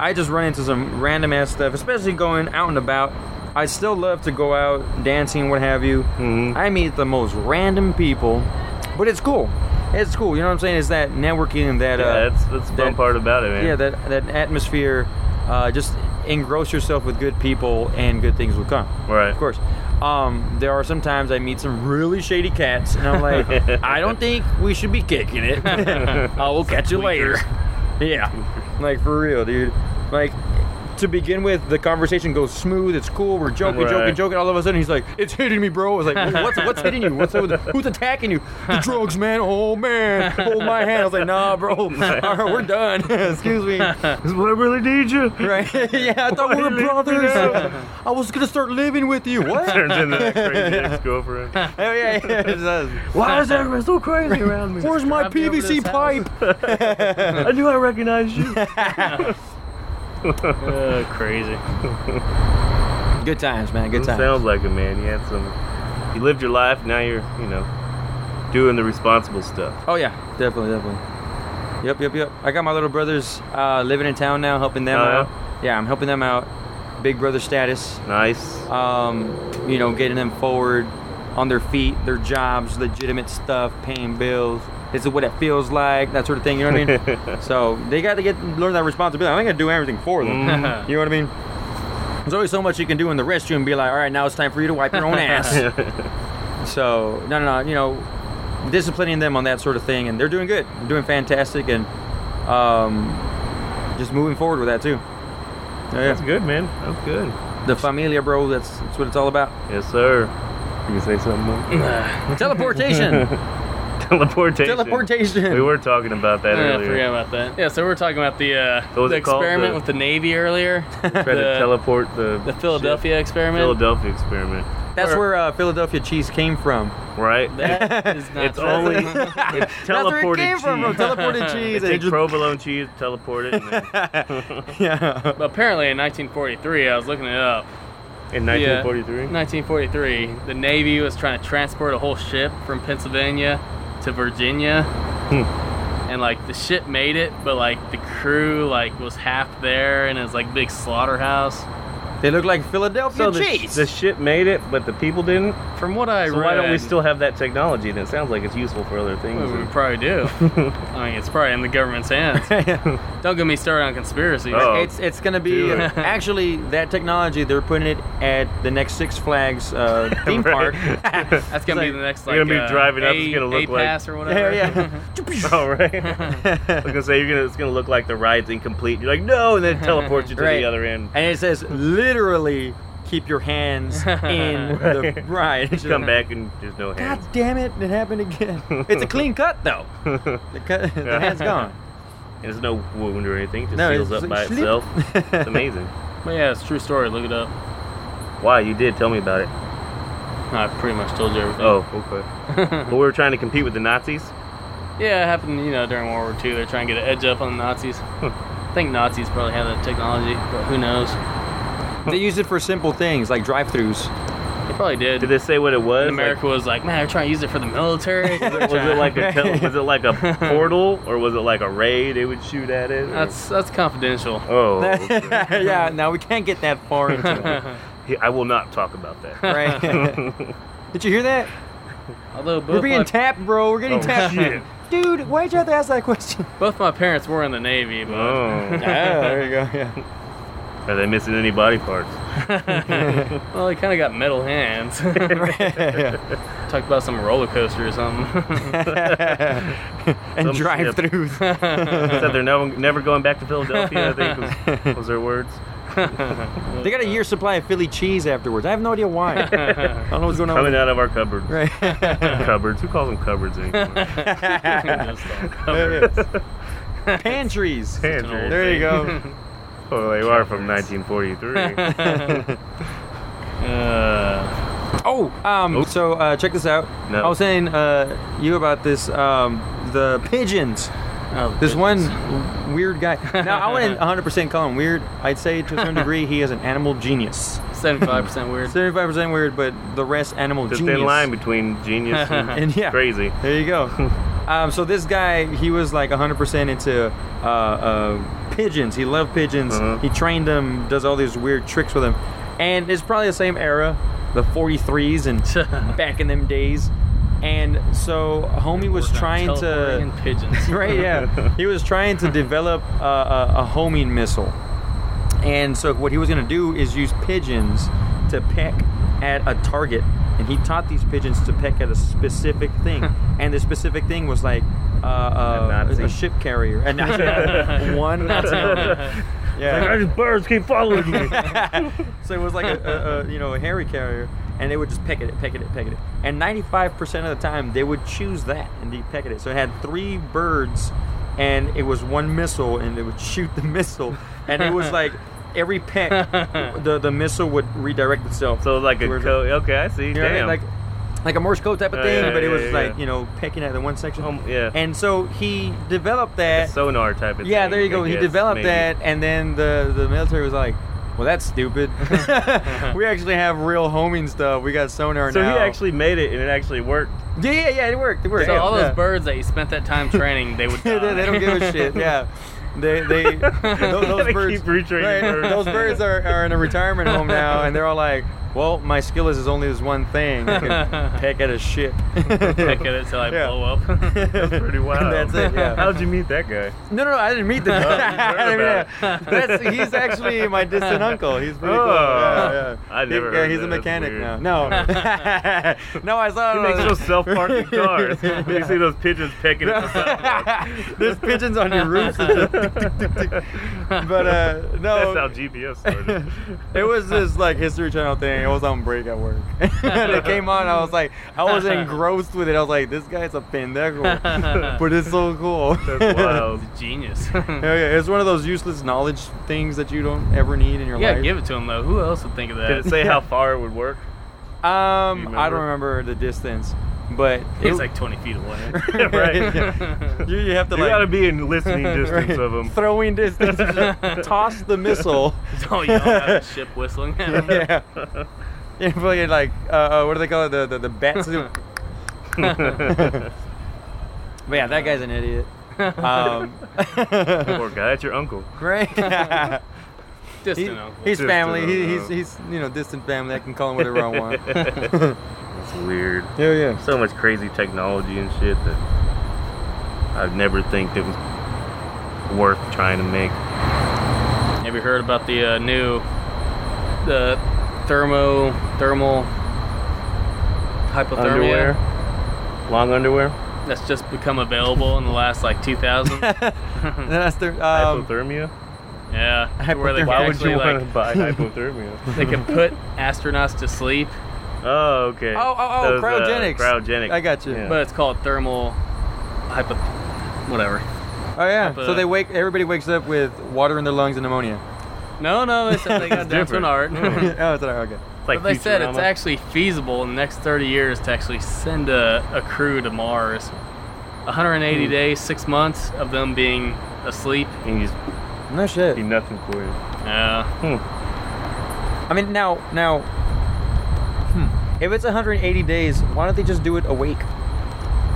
I just run into some random ass stuff, especially going out and about. I still love to go out dancing, what have you.
Mhm.
I meet the most random people, but it's cool. It's cool. You know what I'm saying? It's that networking, that
Yeah,
uh,
that's that's the fun
that-
part about it, man.
yeah, that that atmosphere. Uh, just engross yourself with good people, and good things will come.
Right.
Of course. Um, there are sometimes I meet some really shady cats, and I'm like, I don't think we should be kicking it. I will catch you later. Yeah. Like for real, dude. Like. To begin with, the conversation goes smooth. It's cool. We're joking, joking,
Right.
joking. All of a sudden, he's like, "It's hitting me, bro." I was like, "What's what's hitting you? What's who's attacking you? The drugs, man. Oh man, hold my hand." I was like, "Nah, bro. All right, we're done. Excuse me."
This is what I really need you.
Right? yeah, I thought we were
did you do
brothers.
that?
I was gonna start living with you. What? Hell
Turns into that crazy ex-girlfriend.
yeah, yeah. it does.
Why is everyone so crazy around me?
Where's my
Drive me over to
PVC
this house.
pipe?
I knew I recognized you.
Uh, crazy.
Good times, man. Good times.
Sounds like it, man. You had some. You lived your life. Now you're, you know, doing the responsible stuff.
Oh yeah, definitely, definitely. Yep, yep, yep. I got my little brothers uh, living in town now, helping them
Oh, yeah?
out. Yeah, I'm helping them out. Big brother status.
Nice.
Um, you know, getting them forward on their feet, their jobs, legitimate stuff, paying bills. This is what it feels like, that sort of thing. You know what I mean? so they got to get learn that responsibility. I'm not gonna do everything for them.
Mhm.
You know what I mean? There's always so much you can do in the restroom and be like, all right, now it's time for you to wipe your own ass. So no, no, no. You know, disciplining them on that sort of thing, and they're doing good, they're doing fantastic, and um, just moving forward with that too. Yeah,
That's
yeah.
good, man. That's good.
The familia, bro. That's that's what it's all about.
Yes, sir. You can say something more.
Teleportation.
Teleportation.
Teleportation.
We were talking about that
Oh, Yeah, I forgot
earlier.
about that. Yeah, so we were talking about the uh,
What was
the
it called?
experiment
The-
with the Navy earlier.
Trying to
the-
teleport the
The Philadelphia
ship.
experiment.
Philadelphia experiment.
That's where uh, Philadelphia cheese came from.
Right.
That is not
it's
true.
only it's
That's where it
teleported
came
cheese.
from, bro. Teleported cheese.
Take
and just-
provolone cheese, teleport it, and then-
yeah.
But apparently in 1943, I was looking it up.
in
Yeah,
1943.
1943, the Navy was trying to transport a whole ship from Pennsylvania to Virginia.
Hmm.
And like the ship made it, but like the crew like was half there, and it was like big slaughterhouse.
They look like Philadelphia
So the,
cheese.
the ship made it, but the people didn't.
From what I
So
read,
why don't we still have that technology? And it sounds like it's useful for other things.
Well, we probably do. I mean, it's probably in the government's hands. Don't get me started on conspiracies.
Oh.
it's it's gonna be uh,
Do it.
actually that technology. They're putting it at the next Six Flags uh, theme park.
That's gonna
It's
be
like-
the next like
You're gonna be
uh,
driving up, it's
A-
gonna look like-
A-Pass or
yeah,
whatever.
yeah.
All right. I was gonna say you're gonna it's gonna look like the ride's incomplete. You're like no, and then it teleports you to
Right.
the other end.
And it says literally keep your hands in the ride. It's just
Come
like,
back and there's no
God
hands.
damn it! It happened again. It's a clean cut though. The, cut, the
Yeah.
hand's gone.
There's no wound or anything. It just
No,
heals
it's
up by
like sleep.
itself. It's amazing.
But yeah, it's a true story. Look it up.
Why you did tell me about it?
I pretty much told you everything.
Oh, okay. but we were trying to compete with the Nazis.
Yeah, it happened. You know, during World War II, they're trying to get an edge up on the Nazis. I think Nazis probably had that technology, but who knows?
They use it for simple things like drive-throughs.
They probably did.
Did they say what it was?
And America was like, man, they're trying to use it for the military.
Like, was it like a tele- was it like a portal or was it like a ray they would shoot at it? or-
that's that's confidential.
oh, okay.
yeah, now we can't get that far into
He- I will not talk about that.
it. Right? Did you hear that?
Although both
We're being
my,
tapped, bro. We're getting
Oh,
tapped.
shit.
Dude, why'd you have to ask that question?
both my parents were in the Navy, but
Oh,
Yeah, Ah, there you go. Yeah.
are they missing any body parts?
well, they kind of got metal hands. Talked about some roller coaster or something.
and
Some
drive through.
Said they're never never going back to Philadelphia. I think was, was their words.
they got a year's supply of Philly cheese afterwards. I have no idea why. I don't know what's going on.
Coming
With
out of our cupboards.
Right.
cupboards. Who calls them cupboards anymore?
Just like,
Pantries.
Pantries.
There you go.
Well, they are from 1943.
uh,
Oh, um,
Oop.
so uh, check this out.
No.
I was saying uh, you about this um, the pigeons.
oh,
This one weird guy. Now I wouldn't 100% call him weird. I'd say to a certain degree he is an animal genius.
75% weird.
75% weird, but the rest animal
the
genius.
thin line between genius and
And yeah,
crazy.
there you go. um, so this guy, he was like 100% into uh, uh, pigeons. He loved pigeons.
Uh-huh.
He trained them, does all these weird tricks with them, and it's probably the same era, the 43s and back in them days. And so homie was
We're not
trying
teleporting
to
pigeons.
right yeah he was trying to develop a, a, a homing missile and so what he was going to do is use pigeons to peck at a target and he taught these pigeons to peck at a specific thing and the specific thing was like uh, uh,
Nazi.
a ship carrier and one Nazi on it. yeah
These birds keep following me.
so it was like a, a, a you know a hairy carrier, and they would just peck at it, peck at it, peck at it. And 95% of the time, they would choose that and be peck at it. So it had three birds, and it was one missile, and they would shoot the missile, and it was like every peck, the the missile would redirect itself.
so like a
Where's
coat.
it?
Okay, I see.
You know what I mean?
Damn.
Like, like a Morse code type of
Oh,
thing,
yeah,
but it
yeah,
was
yeah,
like
yeah.
you know pecking at the one section.
Um, yeah.
And so he developed that.
sonar type of
Yeah,
thing.
there you
I
go. He
guess,
developed
maybe.
that, and then the the military was like, "Well, that's stupid. we actually have real homing stuff. We got sonar
So
now."
he actually made it, and it actually worked.
yeah, yeah, yeah, it worked. It worked.
So all those
yeah.
birds that you spent that time training, they would
they,
die.
they don't give a shit. Yeah, they they those, those
They
birds.
keep retraining birds.
Those birds are, are in a retirement home now, and they're all like, "Well, my skill is, is only this one thing. I can peck at a ship."
Peck at it till I
Yeah.
blow up.
That's pretty wild.
That's it, yeah.
How'd you meet that guy?
No, no, no, I didn't meet the guy.
Oh,
I
heard about
didn't meet him. That's, he's actually my distant uncle. He's pretty cool.
Oh.
Yeah, yeah.
I never
yeah,
heard
he's
that.
a
That's
mechanic
weird.
now. No. no, I saw
He makes those self-parking cars. You see those pigeons pecking at the sidewalk.
There's pigeons on your roofs. It's just tick, tick, tick, tick. But uh,
That's
no,
how GPS started.
it was this like History Channel thing. I was on break at work. it came on. I was like, I was engrossed with it. I was like, this guy's a pendejo, but it's so cool.
That's wild.
Genius.
Yeah, yeah, it's one of those useless knowledge things that you don't ever need in your
Yeah,
life.
give it to him though. Who else would think of
Did it
that?
say how far it would work?
Um,
Do you
I don't
remember?
remember the distance, but
He's like 20 feet away.
right.
you, you have to
You
like
gotta be in listening distance of them.
throwing distance, just toss the missile.
oh, you don't have a ship whistling.
yeah, yeah, fucking like uh, uh, what do they call it? The the, the bats. but yeah, that guy's an idiot. Um,
Poor guy, that's your uncle.
great.
Distant
He-
uncle.
he's
Just,
family.
uh,
He, he's he's you know distant family. I can call him whatever I want.
It's weird.
Yeah, yeah.
So much crazy technology and shit that I'd never think that was worth trying to make.
Have you heard about the uh, new the thermo thermal hypothermia?
Underwear? Long underwear?
That's just become available in the last like 2000.
That's the um,
hypothermia?
yeah, where they
Hypothermia.
can
Why would
actually
you
like
want to buy hypothermia?
they can put astronauts to sleep,
oh, okay.
Oh, oh, oh,
uh,
cryogenics.
cryogenic.
I got you.
Yeah.
but it's called thermal hypo whatever.
Oh yeah.
But-
So they wake. Everybody wakes up with water in their lungs and pneumonia.
No, no, they said they got down to an
different.
art.
oh, it's all right, okay.
It's like
But they said it's
Futurama.
actually feasible in the next 30 years to actually send a, a crew to Mars. 180 days, six months of them being asleep.
And you just
No
do
shit.
Hmm. nothing for you.
Uh,
I mean, now, now, hmm. If it's 180 days, why don't they just do it a week?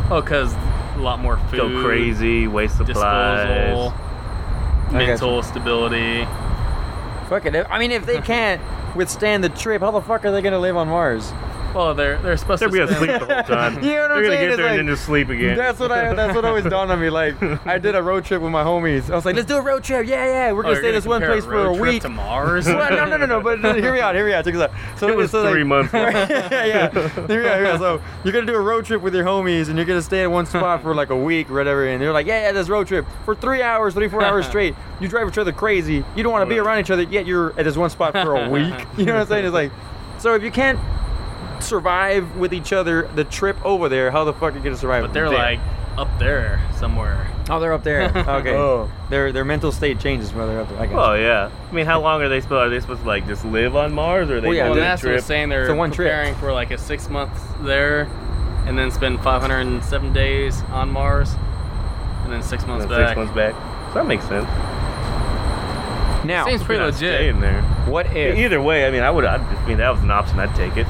Oh, cause a lot more food.
Go crazy, waste supplies.
Disposal.
you.
Mental stability.
Fuck it. I mean, if they can't withstand the trip, how the fuck are they gonna live on Mars?
Well, they're they're supposed
They're
to.
gonna
spend-
sleep the whole
You know what I'm
time. They're gonna
saying?
get
It's
there
like-
and then just sleep again.
That's what I. That's what always dawned on me. Like I did a road trip with my homies. I was like, let's do a road trip. Yeah, yeah. We're
Oh,
gonna
you're
stay this one
compare
place for a
road trip
week.
to Mars.
Well, no, no, no, no. But hear me out. Hear me out. Check this out. So
it was
so, like-
three months.
yeah, yeah. Here we go, here we go. So you're gonna do a road trip with your homies, and you're gonna stay at one spot for like a week, or whatever. And they're like, yeah, yeah, this road trip for three hours, three, four hours straight. You drive each other crazy. You don't want to be around each other, yet you're at this one spot for a week. You know what I'm saying? It's like, so if you can't survive with each other the trip over there, how the fuck are you gonna survive?
But they're
there?
like up there somewhere.
oh, they're up there. Okay.
Oh.
Their their mental state changes when they're up there. I got you.
Oh yeah. I mean, how long are they supposed? Are they supposed to like just live on Mars, or are they
Well, yeah,
doing
Well,
a
that's what
trip?
I'm saying. They're
It's a one trip.
preparing for like a six months there, and then spend 507 days on Mars, and then six months
Six
back.
months back. So that makes sense.
Now,
Seems pretty
Not
legit.
Staying there.
what if?
Either way, I mean, I would. I'd- I mean, that was an option. I'd take it.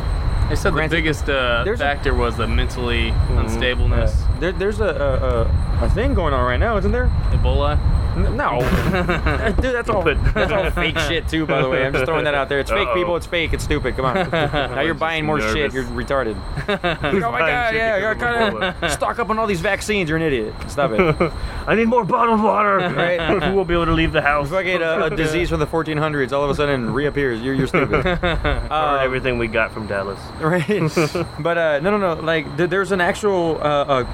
They said the
Granted,
biggest uh,
there's a-
factor was the mentally unstableness.
There, there's a, a, a a thing going on right now, isn't there?
Ebola. Uh,
N- No, dude, that's all.
But-
That's all fake shit too. By the way, I'm just throwing that out there. It's fake
Uh-oh.
people. It's fake. It's stupid. Come on. Now you're
just
buying more shit.
nervous.
You're retarded.
Who's
oh my
buying
god,
shit
yeah, you're
because of
kind
Ebola?
of stock up on all these vaccines. You're an idiot. Stop it.
I need more bottled water.
Right.
we won't be able to leave the house.
Fucking a, a disease from the 1400s all of a sudden reappears. You're you're stupid.
Or
Um,
everything we got from Dallas.
right? but uh, no, no, no. Like th- there's an actual uh, uh,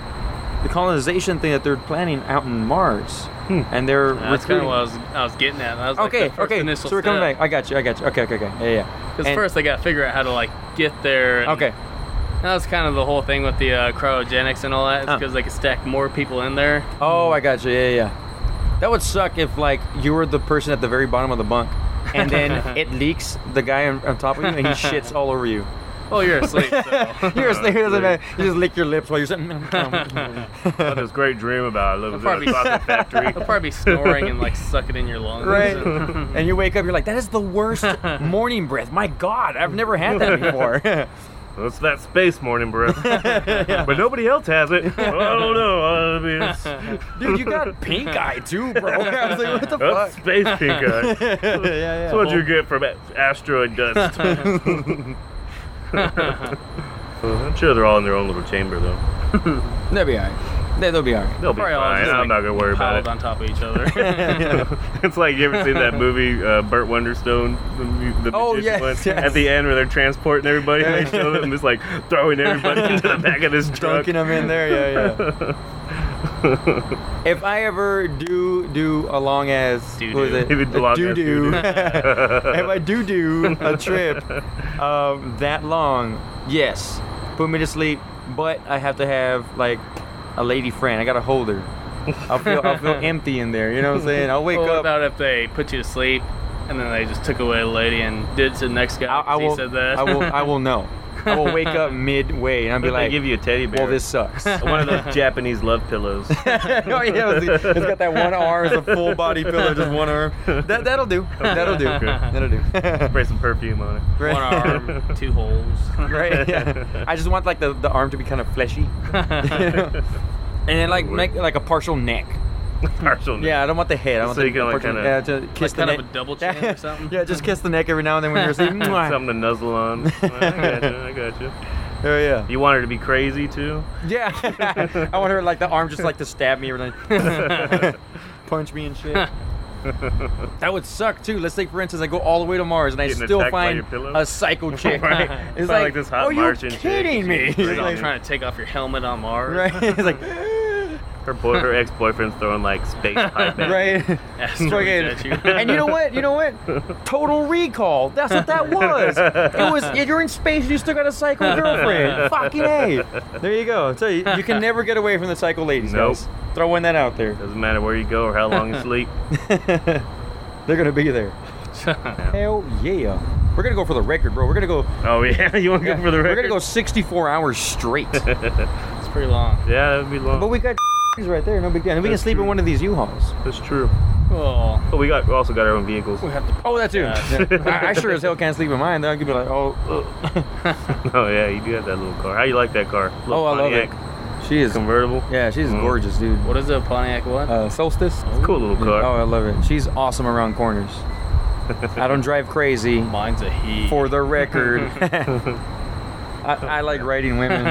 the colonization thing that they're planning out in Mars,
Hmm.
and they're
That's kind of
recruiting.
what I was, I was getting at. That was
okay,
like the first
okay.
Initial
So we're coming back. I got you. I got you. Okay, okay, okay. Yeah, yeah.
Because
And-
first they got to figure out how to like get there. and
Okay.
That was kind of the whole thing with the uh, cryogenics and all that.
Huh.
Because they could stack more people in there.
Oh, I got you. Yeah, yeah, yeah. That would suck if like you were the person at the very bottom of the bunk, and then it leaks the guy on, on top of you, and he shits all over you.
Oh, you're asleep. So.
You're a snake, it doesn't matter. You just lick your lips while you're sitting.
I had this great dream about. I live in
probably-
a chocolate factory.
They'll probably be snoring and like suck it in your lungs.
right?
And-
and you wake up, you're like, that is the worst morning breath. My God, I've never had that before.
Well, it's that space morning, bro. But nobody else has it. Well, I don't know. I mean, it's,
Dude, you got pink eye too, bro. I was like, what the
that's
fuck?
space pink eye. That's
yeah, yeah.
what you get from a- asteroid dust. I'm sure they're all in their own little chamber, though.
They'll be alright. They, will be alright.
They'll be
Probably all
fine.
just,
I'm
like,
not gonna worry about
piled
it.
on top of each other.
It's like you ever seen that movie, uh, Burt Wonderstone, the, mu- the
Oh,
magician
yes,
one?
yes.
at the end where they're transporting everybody, and they show them just like throwing everybody into the back of this truck.
Dunking them in there, yeah, yeah. if I ever do do a long ass
Do-do.
what is it?
If it long ass
do do.
do-do.
if I do do a trip um, that long, yes, put me to sleep. But I have to have like a lady friend. I gotta hold her. I'll feel I'll feel empty in there. You know what I'm saying? I'll wake
what
up.
about if they put you to sleep and then they just took away a lady and did it to the next guy?
I, I
'cause he
will.
said that.
I will. I will know. I will wake up midway and I'll be
They
like,
give you a teddy bear.
"Well, this sucks." oh
one of those Japanese love pillows.
yeah, it's it's got that one arm. It's a full body pillow, just one arm. That that'll do. That'll do.
Okay.
That'll do.
Spray some perfume on it.
One
right.
arm, two holes.
right? Yeah. I just want like the, the arm to be kind of fleshy, you know? and then like make like a partial neck.
Partial.
Yeah, I don't want the head. I want
So
the
you can, like,
partial-
kinda-
yeah, to kiss
kind
the
of
neck.
a double chin or something?
Yeah, just kiss the neck every now and then when you're asleep. Mwah.
Something to nuzzle on. I gotcha. I gotcha.
oh yeah,
You want her to be crazy too?
yeah. I want her like the arm just like to stab me or like punch me and shit. that would suck too. Let's say for instance I go all the way to Mars and I
Getting
still
attacked by
find
your pillow?
a psycho chick.
Right.
It's
Find,
like,
like, this hot
"Are you
Martian chick.
kidding me?
She's
You're all
Like-
trying to take off your helmet on Mars.
right? It's like
Her boy, her ex-boyfriend's throwing like space pipe. at her.
right.
Asteroids
Fucking-
at you.
and you know what? You know what? Total Recall. That's what that was. It was if you're in space and you still got a psycho girlfriend. Fucking a. There you go. So you, you can never get away from the psycho ladies,
Nope.
guys. Throwing that out there.
Doesn't matter where you go or how long you sleep.
They're gonna be there. Hell yeah. We're gonna go for the record, bro. We're gonna go.
Oh yeah, you want to go for the
We're
record?
gonna go 64 hours straight.
It's pretty long.
Yeah, that'd be long.
but we got right there. No big deal. And we can
That's
sleep in
true.
one of these U-Hauls.
That's true.
Oh,
But we got we also got our own vehicles.
We have to. Oh, that too.
Yeah.
Yeah. I, I sure as hell can't sleep in mine. Though I could be like, oh, ugh.
oh yeah, you do have that little car. How you like that car? Little
oh, I love it.
Pontiac
She is.
Convertible.
Yeah, she's
Mm.
gorgeous, dude.
what is a Pontiac? What?
Uh, Solstice.
Cool little
Oh,
car.
I love it. She's awesome around corners. I don't drive crazy.
Mine's a he.
For the record, I, I like riding women.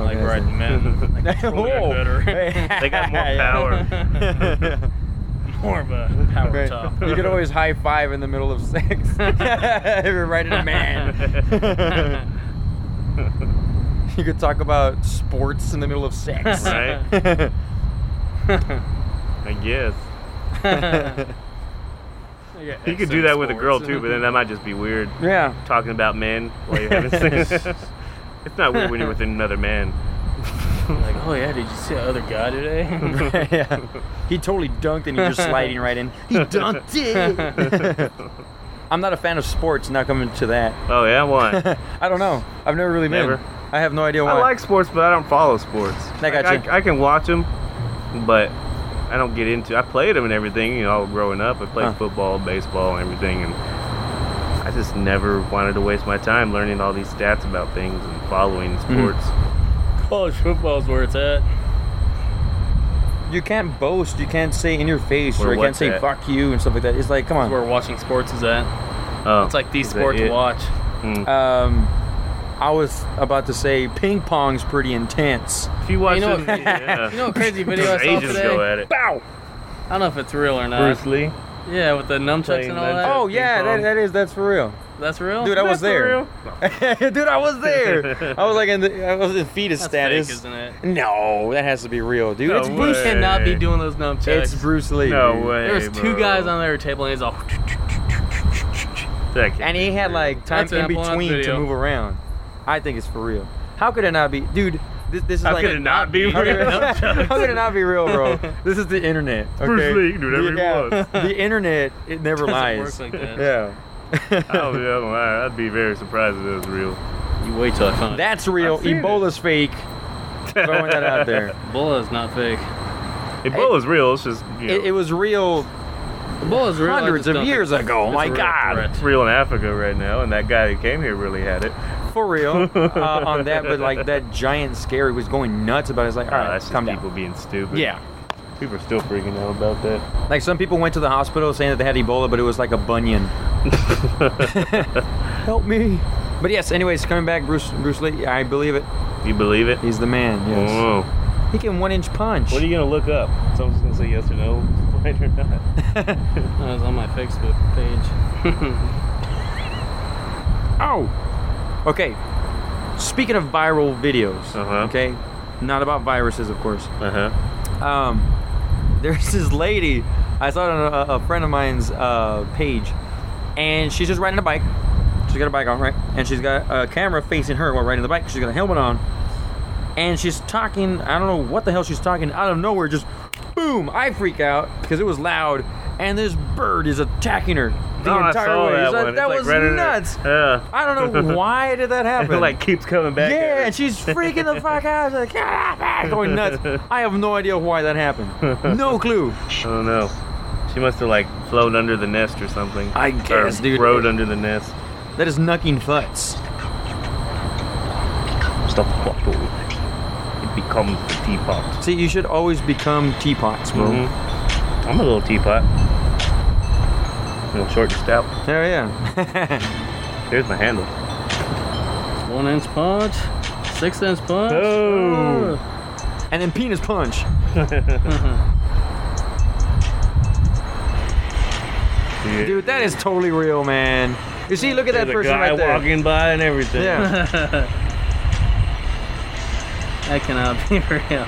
like
Okay,
riding men. Like, control that
Whoa. Oh.
better.
They got more power.
More of a power
Right.
top.
You could always high five in the middle of sex if you're riding a man. you could talk about sports in the middle of sex.
right? I guess. You could do that with a girl too, but then that might just be weird.
yeah.
Talking about men while you're having sex. it's not weird when you're with another man.
like, oh yeah, did you see that other guy today?
yeah. He totally dunked and he just sliding right in. He dunked it. I'm not a fan of sports, now coming to that.
Oh yeah, why?
I don't know. I've never really
Never.
been. I have no idea why.
I like sports, but I don't follow sports.
I got
Like,
you.
I, I can watch them, but I don't get into. I played them and everything. You know, growing up, I played
Huh.
football, baseball, and everything, and I just never wanted to waste my time learning all these stats about things and following
Mm-hmm.
sports.
College football's where it's at.
you can't boast. You can't say in your face,
Or
or you can't
what's
say
that?
fuck you and stuff like that. It's like, come
That's
on.
where watching sports is at.
Oh,
It's like the
is that
sport to
it?
watch.
Mm.
Um, I was about to say ping pong's pretty intense.
if you watch,
You know,
it,
what-
yeah.
you know what crazy video I
Those
saw
Asians go
today?
at it.
I don't know if it's real or not.
eh? Bruce Lee.
Yeah, with the nunchucks
Playing
and all that. Oh,
nunchucks.
Oh
ping
yeah, that,
pong.
that is that's for real,
that's real.
dude. I was there, dude. I was there. I was like in the I was in fetus
that's
status.
fake, isn't it?
No, that has to be real, dude.
No
it's
way.
You
Bruce.
cannot be doing those nunchucks.
It's Bruce Lee.
No
dude.
way.
There was two
bro.
guys on their table and he's all.
That can't
And
be
he had
real.
like time
That's an
in
Apple Watch
between to
video.
move around. I think it's for real. How could it not be, dude? This, this is
How
like
could it not be?
How could,
real?
how could it not be real, bro? This is the internet. Okay?
Bruce Lee, you can do whatever
the,
you want.
the internet, it never
Doesn't
lies.
work like that.
yeah.
I don't know, I- Oh, I'd be very surprised if it was real.
You wait till I find that.
That's real.
I've seen
Ebola's fake. Throwing that out there.
Ebola is not fake.
Ebola's real. It's just you know,
It, it was real
Ebola is real. I
hundreds
just don't
of
think
years ago.
it's a
my
real
God,
threat.
real in Africa right now, and that guy that came here really had it.
for real. uh, on that, but like that giant scary was going nuts about. it. It's like, all
Oh,
right,
that's just
come
people
down.
being stupid.
Yeah,
people are still freaking out about that.
like some people went to the hospital saying that they had Ebola, but it was like a bunion. Help me. But yes, anyways, coming back, Bruce Bruce Lee. I believe it.
You believe it?
He's the man. Yes.
Oh.
He can one inch punch.
What are you gonna look up? Someone's gonna say yes or no, right or not.
That was on my Facebook page.
Ow. Okay. Speaking of viral videos.
Uh-huh.
Okay. Not about viruses, of course.
Uh huh.
um, there's this lady I saw it on a, a friend of mine's uh, page, and she's just riding a bike. She's got a bike on, right? And she's got a camera facing her while riding the bike. She's got a helmet on, and she's talking. I don't know what the hell she's talking. Out of nowhere, just boom! I freak out because it was loud, and this bird is attacking her the
No, Oh, I
entire
saw
way.
that
It's like,
one.
that
It's
was
like right in there.
nuts.
Yeah.
I don't know why did that happen.
It like keeps coming back. at her.
Yeah, and she's freaking the fuck out. She's like, "Ah, ah," going nuts. I have no idea why that happened. No clue.
I don't know. She must have like flown under the nest or something.
I guess,
or
dude.
Rode under the nest.
That is knucking futz.
Stop the bottle. It becomes the teapot.
See, you should always become teapots, bro.
Mhm. I'm a little teapot. A little short and stout.
Hell yeah.
Here's my handle.
One inch punch, six inch punch.
Oh.
and then penis punch.
Yeah.
Dude, that is totally real, man. You see, look at that
There's
person
a guy
right there.
walking by and everything.
Yeah.
That cannot be real.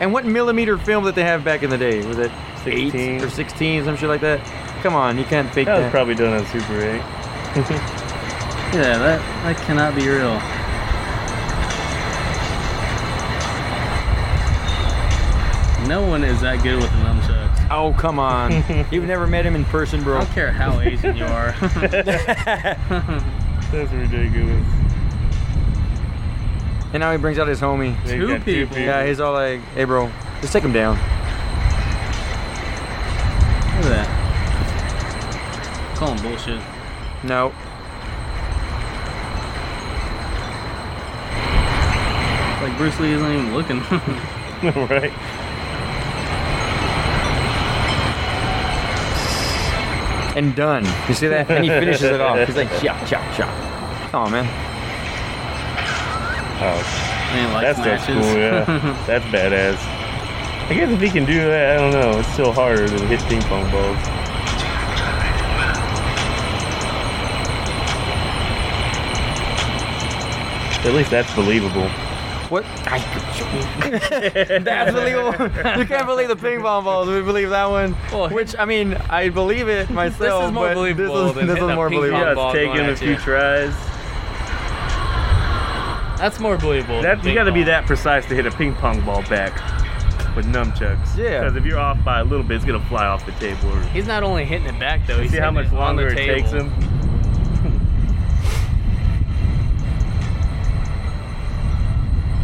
and what millimeter film that they have back in the day? Was it
16.
eight or 16, some shit like that? Come on, you can't fake
That was
that.
probably done on Super 8.
Yeah, that that cannot be real. No one is that good with the nunchucks.
oh, come on. You've never met him in person,
I
bro.
don't care how Asian you are.
That's ridiculous.
And now he brings out his homie.
They've
Two
got
people.
Yeah, he's all like, hey, bro, just take him down.
Look at calling bullshit.
No.
Like Bruce Lee isn't even looking.
right?
And done. You see that? And he finishes it off. He's like, chop, chop, chop. Oh man.
Oh,
Man, like
that's that's cool. Yeah, that's badass. I guess if he can do that, I don't know. It's still harder than hit ping pong balls. At least that's believable.
What? That's believable. you can't believe the ping pong balls. We believe that one.
Well,
Which I mean, I believe it myself.
more
but
believable
This is,
than
this is
hitting a
more
ping pong
believable.
Yeah,
ball
it's taking
going
a
at
few
you.
tries.
That's more believable.
That
than
you got to be
ping pong.
that precise to hit a ping pong ball back with nunchucks.
Yeah.
Because if you're off by a little bit, it's gonna fly off the table. Or,
He's not only hitting it back though. He's
see how
hitting
much
it on the
longer it
table.
takes him.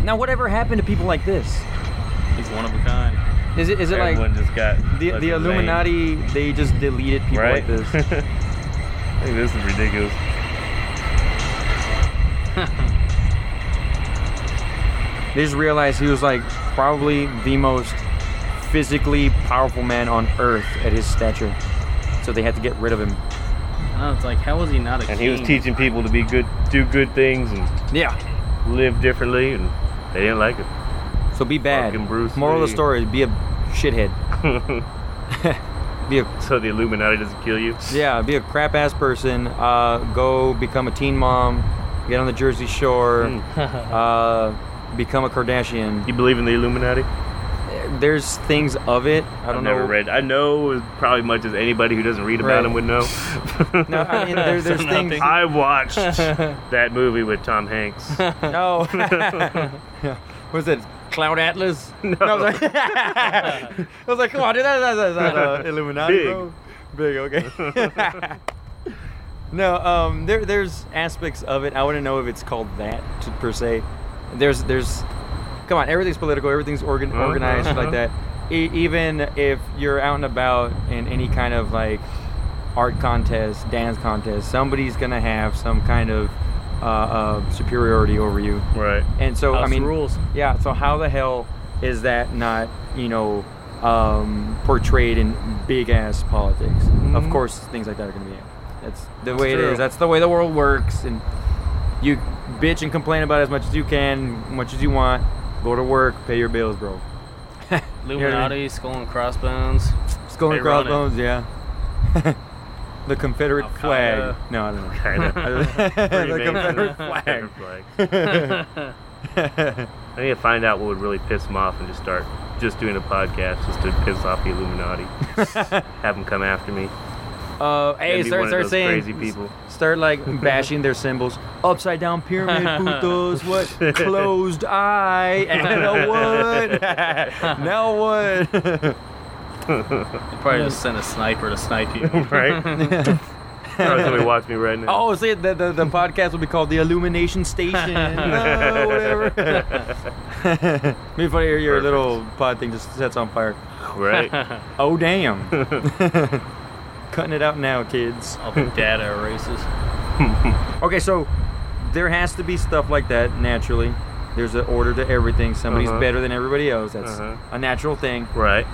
Now, whatever happened to people like this?
He's one of a kind.
Is it is it like
Everyone just got
the,
fucking
the Illuminati? They just deleted people
lame, right?
like this.
I think this is ridiculous.
They just realized he was like probably the most physically powerful man on earth at his stature. So they had to get rid of him.
I was like, how was he not a
And he was
king?
teaching people to be good, do good things, and
Yeah.
live differently, and they didn't like it.
So be bad.
Fucking Bruce
Moral of
Lee.
the story is be a shithead. be a
So the Illuminati doesn't kill you.
yeah, be a crap ass person. Uh, go become a teen mom. Get on the Jersey Shore.
Hmm.
uh, become a Kardashian.
You believe in the Illuminati?
There's things of it. I
I've
don't
never
know.
read. I know as probably much as anybody who doesn't read about
Right.
him would know.
No, I mean there, there's things.
I watched that movie with Tom Hanks.
No. Yeah. Was it Cloud Atlas? No. I, was like, I was like, come on, dude, that- that- that's not uh, Illuminati.
Big.
bro. Big, okay. no, um, there, there's aspects of it. I wouldn't know if it's called that to, per se. There's, there's, come on, everything's political, everything's organ,
Uh-huh,
organized
uh-huh.
like that. E- even if you're out and about in any kind of like art contest, dance contest, somebody's gonna have some kind of uh, uh, superiority over you.
right.
And so I
House
mean,
rules.
yeah. So how the hell is that not you know um, portrayed in big ass politics? Of course, things like that are going to be. That's the way it
true.
is. That's the way the world works. And you bitch and complain about it as much as you can, as much as you want. Go to work, pay your bills, bro.
Illuminati, skull and crossbones.
Skull
They
and
run it.
crossbones, yeah. the Confederate
Al-Qaeda.
flag. No, I don't know.
Kind of.
the Confederate
Confederate
flag.
flag. I need to find out what would really piss them off and just start just doing a podcast just to piss off the Illuminati. Have them come after me.
Uh,
And
hey,
be
start
one of
start
those
saying
crazy people.
Start like bashing their symbols. Upside down pyramid, putos. What?
Oh,
Closed eye. And a what? now what?
They'd probably just send a sniper to snipe you.
Right? Probably somebody watch me right now.
oh, see, the, the, the podcast will be called the Illumination Station. No, whatever. Maybe funny your, your little pod thing just sets on fire.
Right?
Oh damn. Cutting it out now, kids.
All the data erasers.
Okay, so there has to be stuff like that naturally. There's an order to everything. Somebody's
Uh-huh.
better than everybody else. That's
Uh-huh.
a natural thing.
Right.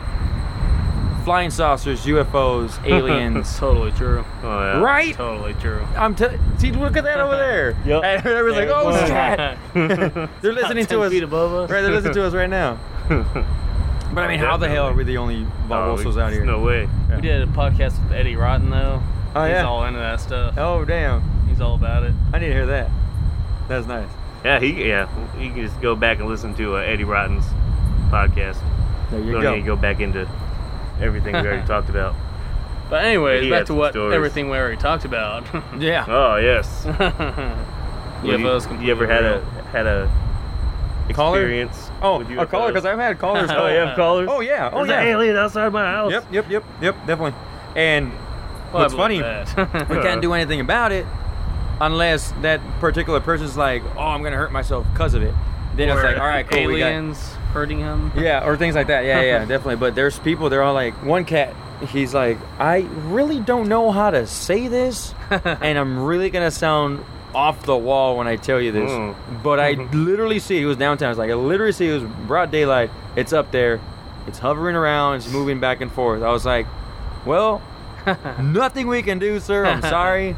Flying saucers, UFOs, aliens.
Totally true.
Oh, yeah.
right?
Totally true.
I'm t- see, look at that over there.
Yup.
And everybody's like, oh, snap. They're listening to
10
us.
feet
Right,
above us.
they're listening to us right now. But I mean, how the hell are we the only
Oh, we-
Barbosos out here?
No way.
We did a podcast with Eddie Rotten though.
Oh,
He's
yeah.
all into that stuff.
Oh, damn.
He's all about it.
I need to hear that. That's nice.
Yeah, he yeah. You can just go back and listen to uh, Eddie Rotten's podcast.
There
You
you
don't need to
go.
go back into everything we already talked about.
But anyways,
He
back
had
to
some
what
stories.
everything we already talked about.
Yeah.
Oh yes. Well, you-
UFOs
you,
completely
ever had a
real.
had a
Caller?
experience?
Oh,
with
a caller,
UFOs?
because I've had callers.
Oh, you have callers.
Oh, yeah. Oh,
There's an
yeah.
alien outside my house.
Yep, yep, yep, yep, definitely. And
Well, I
what's funny,
believe
we
that.
can't do anything about it unless that particular person's like, oh, I'm going to hurt myself because of it. Then it's
Or
like, all right, cool. We got,
Aliens hurting him.
yeah, or things like that. Yeah, yeah, definitely. But there's people, they're all like, one cat he's like, I really don't know how to say this, and I'm really gonna sound off the wall when I tell you this.
Mm.
But I literally see it was downtown. It's like I literally see it was broad daylight. It's up there. It's hovering around. It's moving back and forth. I was like, well, nothing we can do, sir. I'm sorry.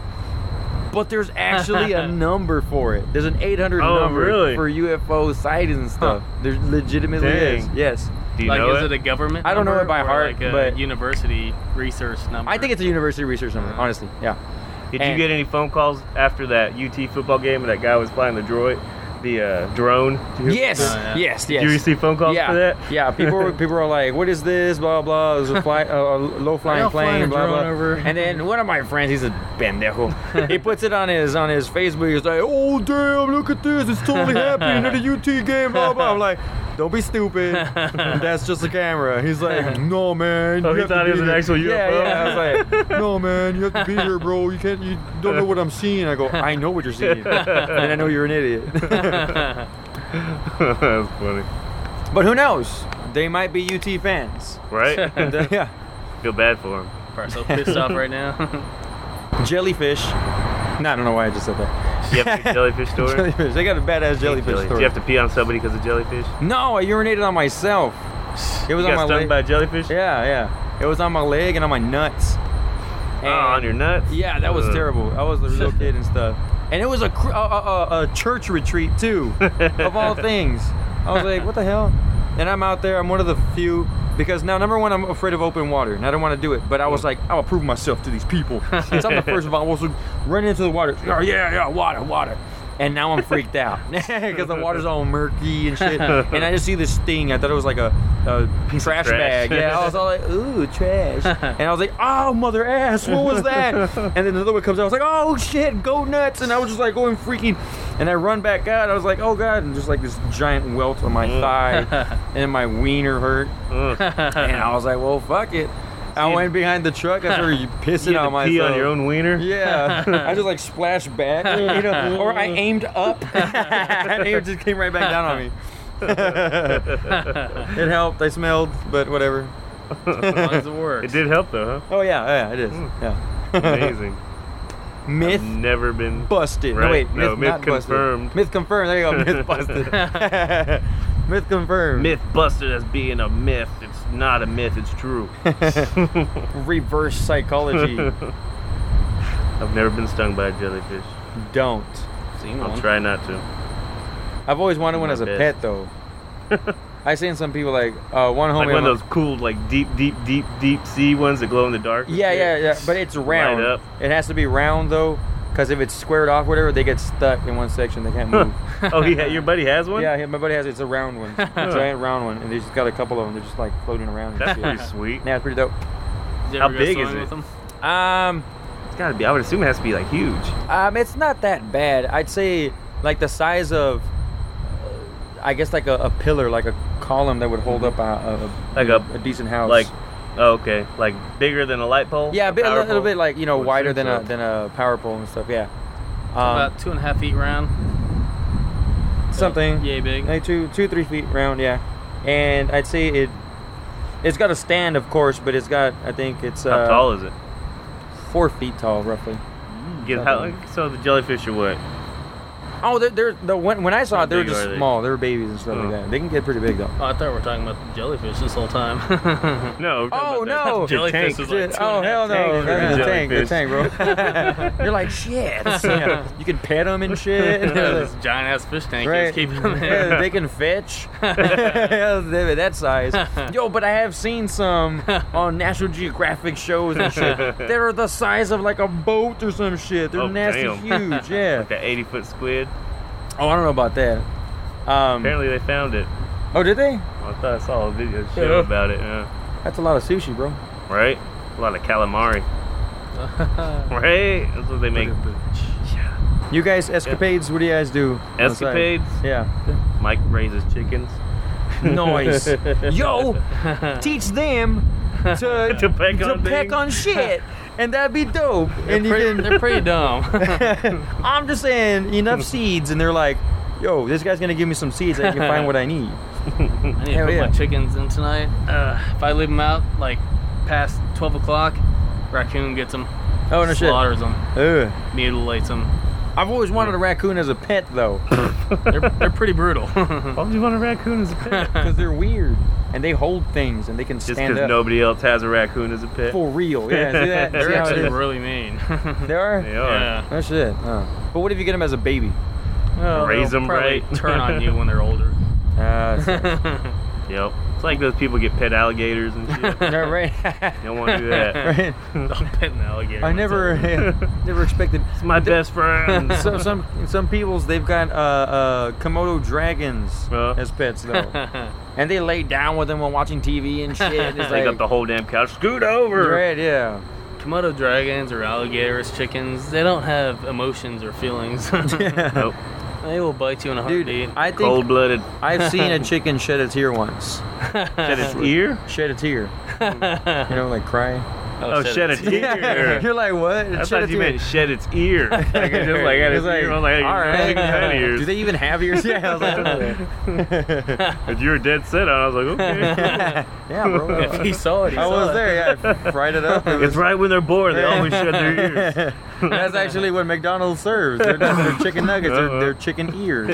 But there's actually a number for it. There's an 800
Oh,
number
really?
for UFO sightings and stuff. There legitimately
Dang.
is. Yes.
Do you
like,
know
is
it?
it a government?
I don't know
number
it by
or,
heart,
like a
but-
university research number.
I think it's a university research number, honestly. Yeah.
Did
and-
you get any phone calls after that UT football game and that guy was flying the droid, the uh, drone? Did you-
Yes,
Oh, yeah.
yes,
Did
yes.
you receive phone calls
yeah,
for that?
yeah. People, were, people are like, "What is this?" Blah blah. It was a fly, uh, low flying
I'll fly
plane.
a
Blah
drone
blah.
over.
And then one of my friends, he's a pendejo. he puts it on his on his Facebook. He's like, "Oh damn, look at this! It's totally happening at a UT game." Blah blah. I'm like. Don't be stupid. That's just a camera. He's like, no man.
Oh,
you
he
have to
thought it
be
was an
here."
actual UFO?
Yeah, yeah. I was like, no man, you have to be here, bro. You can't. You don't know what I'm seeing. I go, I know what you're seeing, and I know you're an idiot.
That's funny,
But who knows? They might be UT fans. uh,
right?
yeah.
Feel bad for him.
Probably so pissed off right now.
Jellyfish. No, I don't know why I just said that.
Do you have a jellyfish story?
Jellyfish. They got a badass jellyfish
Jelly- Do
story.
you have to pee on somebody because of jellyfish?
no, I urinated on myself. It was
You
on my
got stung
leg.
by a jellyfish?
yeah, yeah. It was on my leg and on my nuts.
Oh, on your nuts? Uh,
Yeah, that was
Ugh.
terrible. I was a little kid and stuff. And it was a, cr- a, a, a- a church retreat, too, of all things. I was like, what the hell? And I'm out there, I'm one of the few, because now, number one, I'm afraid of open water, and I don't want to do it. But I was like, I'll prove myself to these people. Since I'm the first one, I was running into the water. Yeah, yeah, yeah, water, water. And now I'm freaked out because the water's all murky and shit. And I just see this thing. I thought it was like a, a trash,
trash.
bag. Yeah, I was all like, ooh, trash. And I was like, oh, mother ass, what was that? And then another one comes out. I was like, oh, shit, go nuts. And I was just like going freaking. And I run back out. I was like, oh, God. And just like this giant welt on my thigh. and my wiener hurt.
Ugh. You
And I was like, well, fuck it. I went behind the truck. I started pissing
had
on
to
myself.
pee on your own wiener?
Yeah, I just like splashed back, you know, or I aimed up, and it just came right back down on me. it helped. I smelled, but whatever.
As long as it works.
It did help though,
Oh yeah, yeah, it is. Yeah.
huh? Amazing.
Myth
Never been.
busted.
Right.
No wait,
No,
myth,
myth
not busted.
confirmed.
Myth confirmed. There you go. Myth busted. myth confirmed.
Myth busted as being a myth. It's not a myth, it's true.
Reverse psychology.
I've never been stung by a jellyfish.
Don't.
Seen
I'll
one.
try not to.
I've always wanted one
My
as a
best.
pet though. I seen some people like uh, one homie.
Like one
I'm
of those cool, like deep, deep, deep, deep sea ones that glow in the dark. and
Yeah,
shit.
yeah, yeah. But it's round.
up.
It has to be round though, because if it's squared off, whatever, they get stuck in one section. They can't move.
oh, he ha- your buddy has one.
yeah, yeah, my buddy has it's a round one, a giant round one, and they just got a couple of them. They're just like floating around.
That's
and
pretty
shit.
sweet.
Yeah, it's pretty dope.
Did you
How
ever go
big is
swimming
it?
with 'em?
Um,
It's gotta be. I would assume it has to be like huge.
um, it's not that bad. I'd say like the size of, uh, I guess like a, a pillar, like a column that would hold up a, a,
Like a,
a decent house.
like, oh, okay, like bigger than a light pole.
yeah, a, bit, a
power
little
pole?
bit like you know
Would
wider than
assume
a
so.
than a power pole and stuff. Yeah. Um,
About two and a half feet round.
uh,
something.
Yay big.
like two two three feet round yeah and i'd say it it's got a stand of course but it's got i think it's
How
uh,
tall is it?
four feet tall roughly
Get
not
how,
bad.
so the jellyfish are what?
oh they're, they're the when, when i saw
How
it they were
big
just
are they?
small they were babies and stuff
Oh.
like that they can get pretty big though
Oh, I thought we were talking about the jellyfish this whole time.
No. we're talking
Oh,
about that-
no.
the
Jellyfish
tank.
is like two
oh
and a
hell
half
no! That's
tanks for
the tank, the
jellyfish.
tank, bro. You're like shit. Yeah. You can pet them and shit.
Yeah, this giant ass fish tank
Right.
is keeping them in.
Yeah, they can fetch. Yeah, they- that size. Yo, but I have seen some on National Geographic shows and shit. They're the size of like a boat or some shit. They're
Oh,
nasty,
damn.
huge. Yeah.
Like that 80 foot squid.
Oh, I don't know about that. Um,
Apparently they found it.
oh, did they?
I thought I saw a video show
Yeah.
about it. Yeah.
That's a lot of sushi, bro.
Right? A lot of calamari. right? That's what they make.
You guys, escapades. What do you guys do? on the side?
Escapades?
Yeah.
Mike raises chickens.
Noise. Yo, teach them to
To peck
to
on
peck
things.
on shit, and that'd be dope. and you can
They're pretty dumb.
I'm just saying, enough seeds, and they're like, yo, this guy's gonna give me some seeds. I can find what I need.
I need
Hell
to put
yeah.
my chickens in tonight. Uh, if I leave them out, like past 12 o'clock, raccoon gets them,
Oh, no shit.
slaughters them,
Ugh.
mutilates them.
I've always wanted a raccoon as a pet though,
They're, they're pretty brutal.
Why would you want a raccoon as a pet?
because they're weird and they hold things and they can
Just
stand
because
up
nobody else has a raccoon as a pet.
for real. Yeah, see that?
They're
See
they're
how it
actually
is?
really mean.
They are.
They are.
yeah.
Oh shit. Oh. But what if you get them as a baby?
Well,
Oh, Raise
they'll
'em
probably
right.
turn on you when they're older.
Uh, it's-
Yep. It's like those people get pet alligators and shit. you
no, right.
don't want to do that.
right.
I'm petting the alligator.
I
myself.
never, never expected.
It's my best friend.
Some some in some peoples they've got uh, uh, Komodo dragons
Well.
as pets though, and they lay down with them while watching TV and shit. It's
they
like
got the whole damn couch. Scoot over.
right, yeah.
Komodo dragons or alligators, chickens, they don't have emotions or feelings.
Nope.
They will bite you in a
Dude,
heartbeat.
I think
Cold blooded.
I've seen a chicken shed a tear once.
Shed its ear?
Shed a tear. you know, like cry.
Oh, shed a tear.
You're like what?
I
It
thought you meant shed its ear. Like, it just like had its
It's like,
ear. I'm like,
all right.
had ears.
Do they even have ears? Yeah, I was like, "Oh,
But you were dead set on. it. I was like, okay.
yeah, bro.
if he saw it, he
I
saw
was
it.
there. Yeah, I fried it up. It
it's
was-
right when they're born. They always shed their ears.
That's actually what McDonald's serves. They're not their chicken nuggets.
Uh-huh.
They're, they're chicken ears.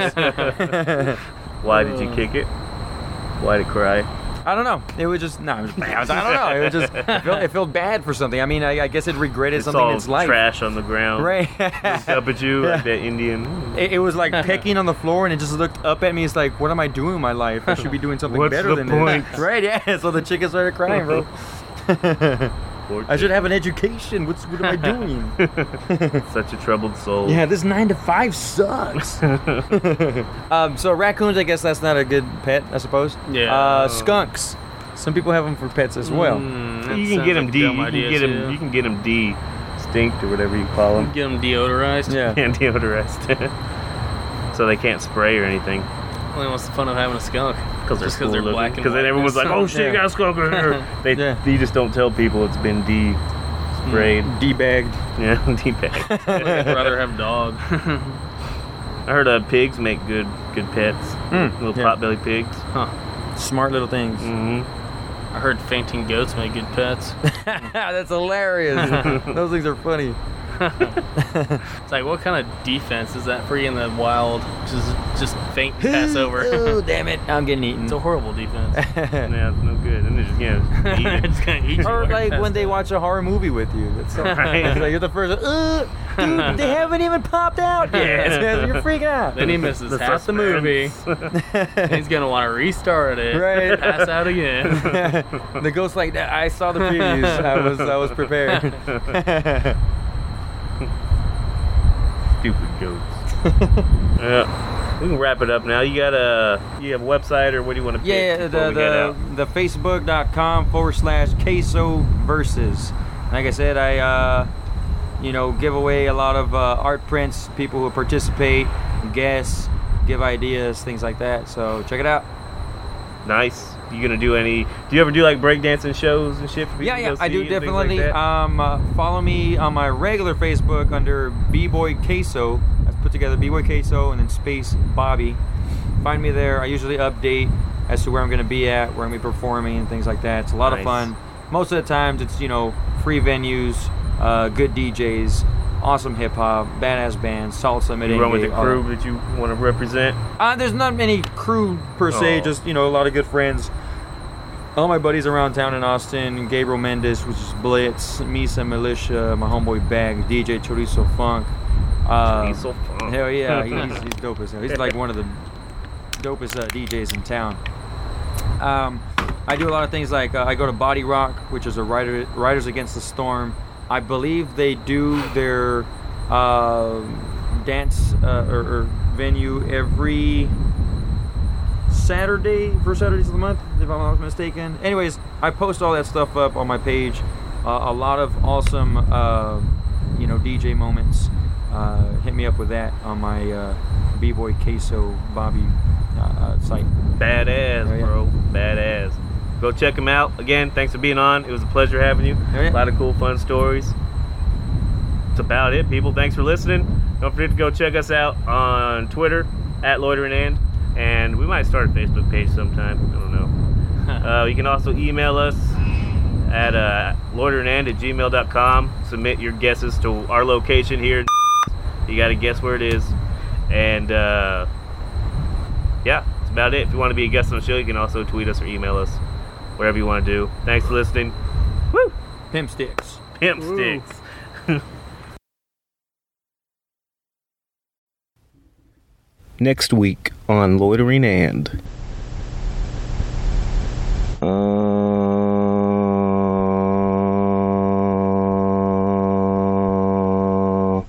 Why did
Uh.
you kick it? Why did it cry?
I don't know. It was just no. It was, I don't know. It was just it felt, it felt bad for something. I mean, I, I guess it regretted
It's
something
all
in its life.
trash on the ground.
Right.
Looked up at you like that Indian. hmm,
It, it was like pecking on the floor, and it just looked up at me. It's like, what am I doing in my life? I should be doing something
What's
better
the
than
point?
this. Right? Yeah. So the chicken started crying, bro. I should have an education. What's what am I doing?
Such a troubled soul.
yeah, this nine to five sucks. um, so raccoons, I guess that's not a good pet, I suppose.
Yeah.
Uh, skunks. Some people have them for pets as well.
Mm, that
You
sounds
can get
like
him
a
D. You
dumb
can
idea,
get
too.
him. You can get him D. Stinked or whatever you call him.
Get them deodorized.
Yeah.
And deodorized. so they can't spray or anything.
Only what's the fun of having a skunk?
Because they're
Just 'cause they're
cool
black and
Because then
white.
everyone's like, "Oh shit,
Yeah.
you got a skunk over here." They,
Yeah.
they just don't tell people it's been de sprayed.
D-bagged.
Yeah, de bag.
I'd rather have dog.
I heard uh, pigs make good good pets. Little
Mm. yeah.
potbelly pigs.
Smart little things.
hmm
I heard fainting goats make good pets.
Ah, That's hilarious. Those things are funny.
It's like, what kind of defense is that for you in the wild? Just, just faint, and pass over.
oh, damn it. I'm getting eaten.
it's a horrible defense.
Yeah, it's no good. And they just yeah, eat it.
it's gonna eat you.
or
right
like
past
when they
it.
watch a horror movie with you. That's so
Right.
it's like you're the first. Uh, dude, they haven't even popped out yet. you're freaking out.
Then he misses
That's
half the movie. He's gonna want to restart it.
Right.
Pass out again.
the ghost like that. I saw the previews. I was I was prepared.
Stupid goats. yeah. We can wrap it up now. You got a you have a website or what do you want to
Yeah,
pick
the
before we head out?
the, the facebook.com forward slash queso versus. Like I said, I uh, you know give away a lot of uh, art prints. People who participate, guess, give ideas, things like that. So check it out.
Nice. You gonna do any? Do you ever do like breakdancing shows and shit? For people
Yeah,
to
yeah,
go
I
see
do
and things like
definitely.
that?
um, uh, follow me on my regular Facebook under B Boy Queso. I put together B Boy Queso and then Space Bobby. Find me there. I usually update as to where I'm going to be at, where I'm going to be performing, and things like that. It's a lot of
Nice.
fun. Most of the times, it's you know free venues, uh, good DJs, awesome hip hop, badass bands, salsa, merengue.
you run with the
all that.
crew that you want to represent.
Uh, there's not many crew per se,
Oh.
just you know a lot of good friends. All my buddies around town in Austin: Gabriel Mendes, which is Blitz, Misa Militia, my homeboy Bag, DJ Chorizo Funk. Uh,
He's so fun.
Hell yeah, he's, he's dope as hell. He's like one of the dopest uh, DJs in town. Um, I do a lot of things like uh, I go to Body Rock, which is a writer, Riders Against the Storm. I believe they do their uh, dance uh, or, or venue every Saturday, first Saturdays of the month, if I'm not mistaken. Anyways, I post all that stuff up on my page. Uh, a lot of awesome, uh, you know, DJ moments. Uh, hit me up with that on my uh, B Boy Queso Bobby uh, uh, site.
Badass,
Oh, yeah.
bro. Badass. Go check him out. Again, thanks for being on. It was a pleasure having you.
Oh, yeah.
A lot of cool, fun stories. That's about it, people. Thanks for listening. Don't forget to go check us out on Twitter at Loiter and End. And we might start a Facebook page sometime. I don't know. uh, you can also email us at uh, loiterinand at gmail.com. Submit your guesses to our location here. You got to guess where it is. And uh, yeah, that's about it. If you want to be a guest on the show, you can also tweet us or email us, whatever you want to do. Thanks for listening. Woo!
Pimp sticks.
Pimp sticks. Next week on Loitering and. Uh,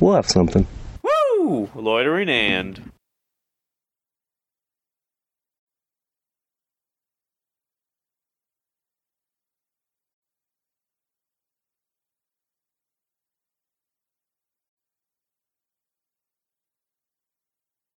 we'll have something. Woo! Loitering and.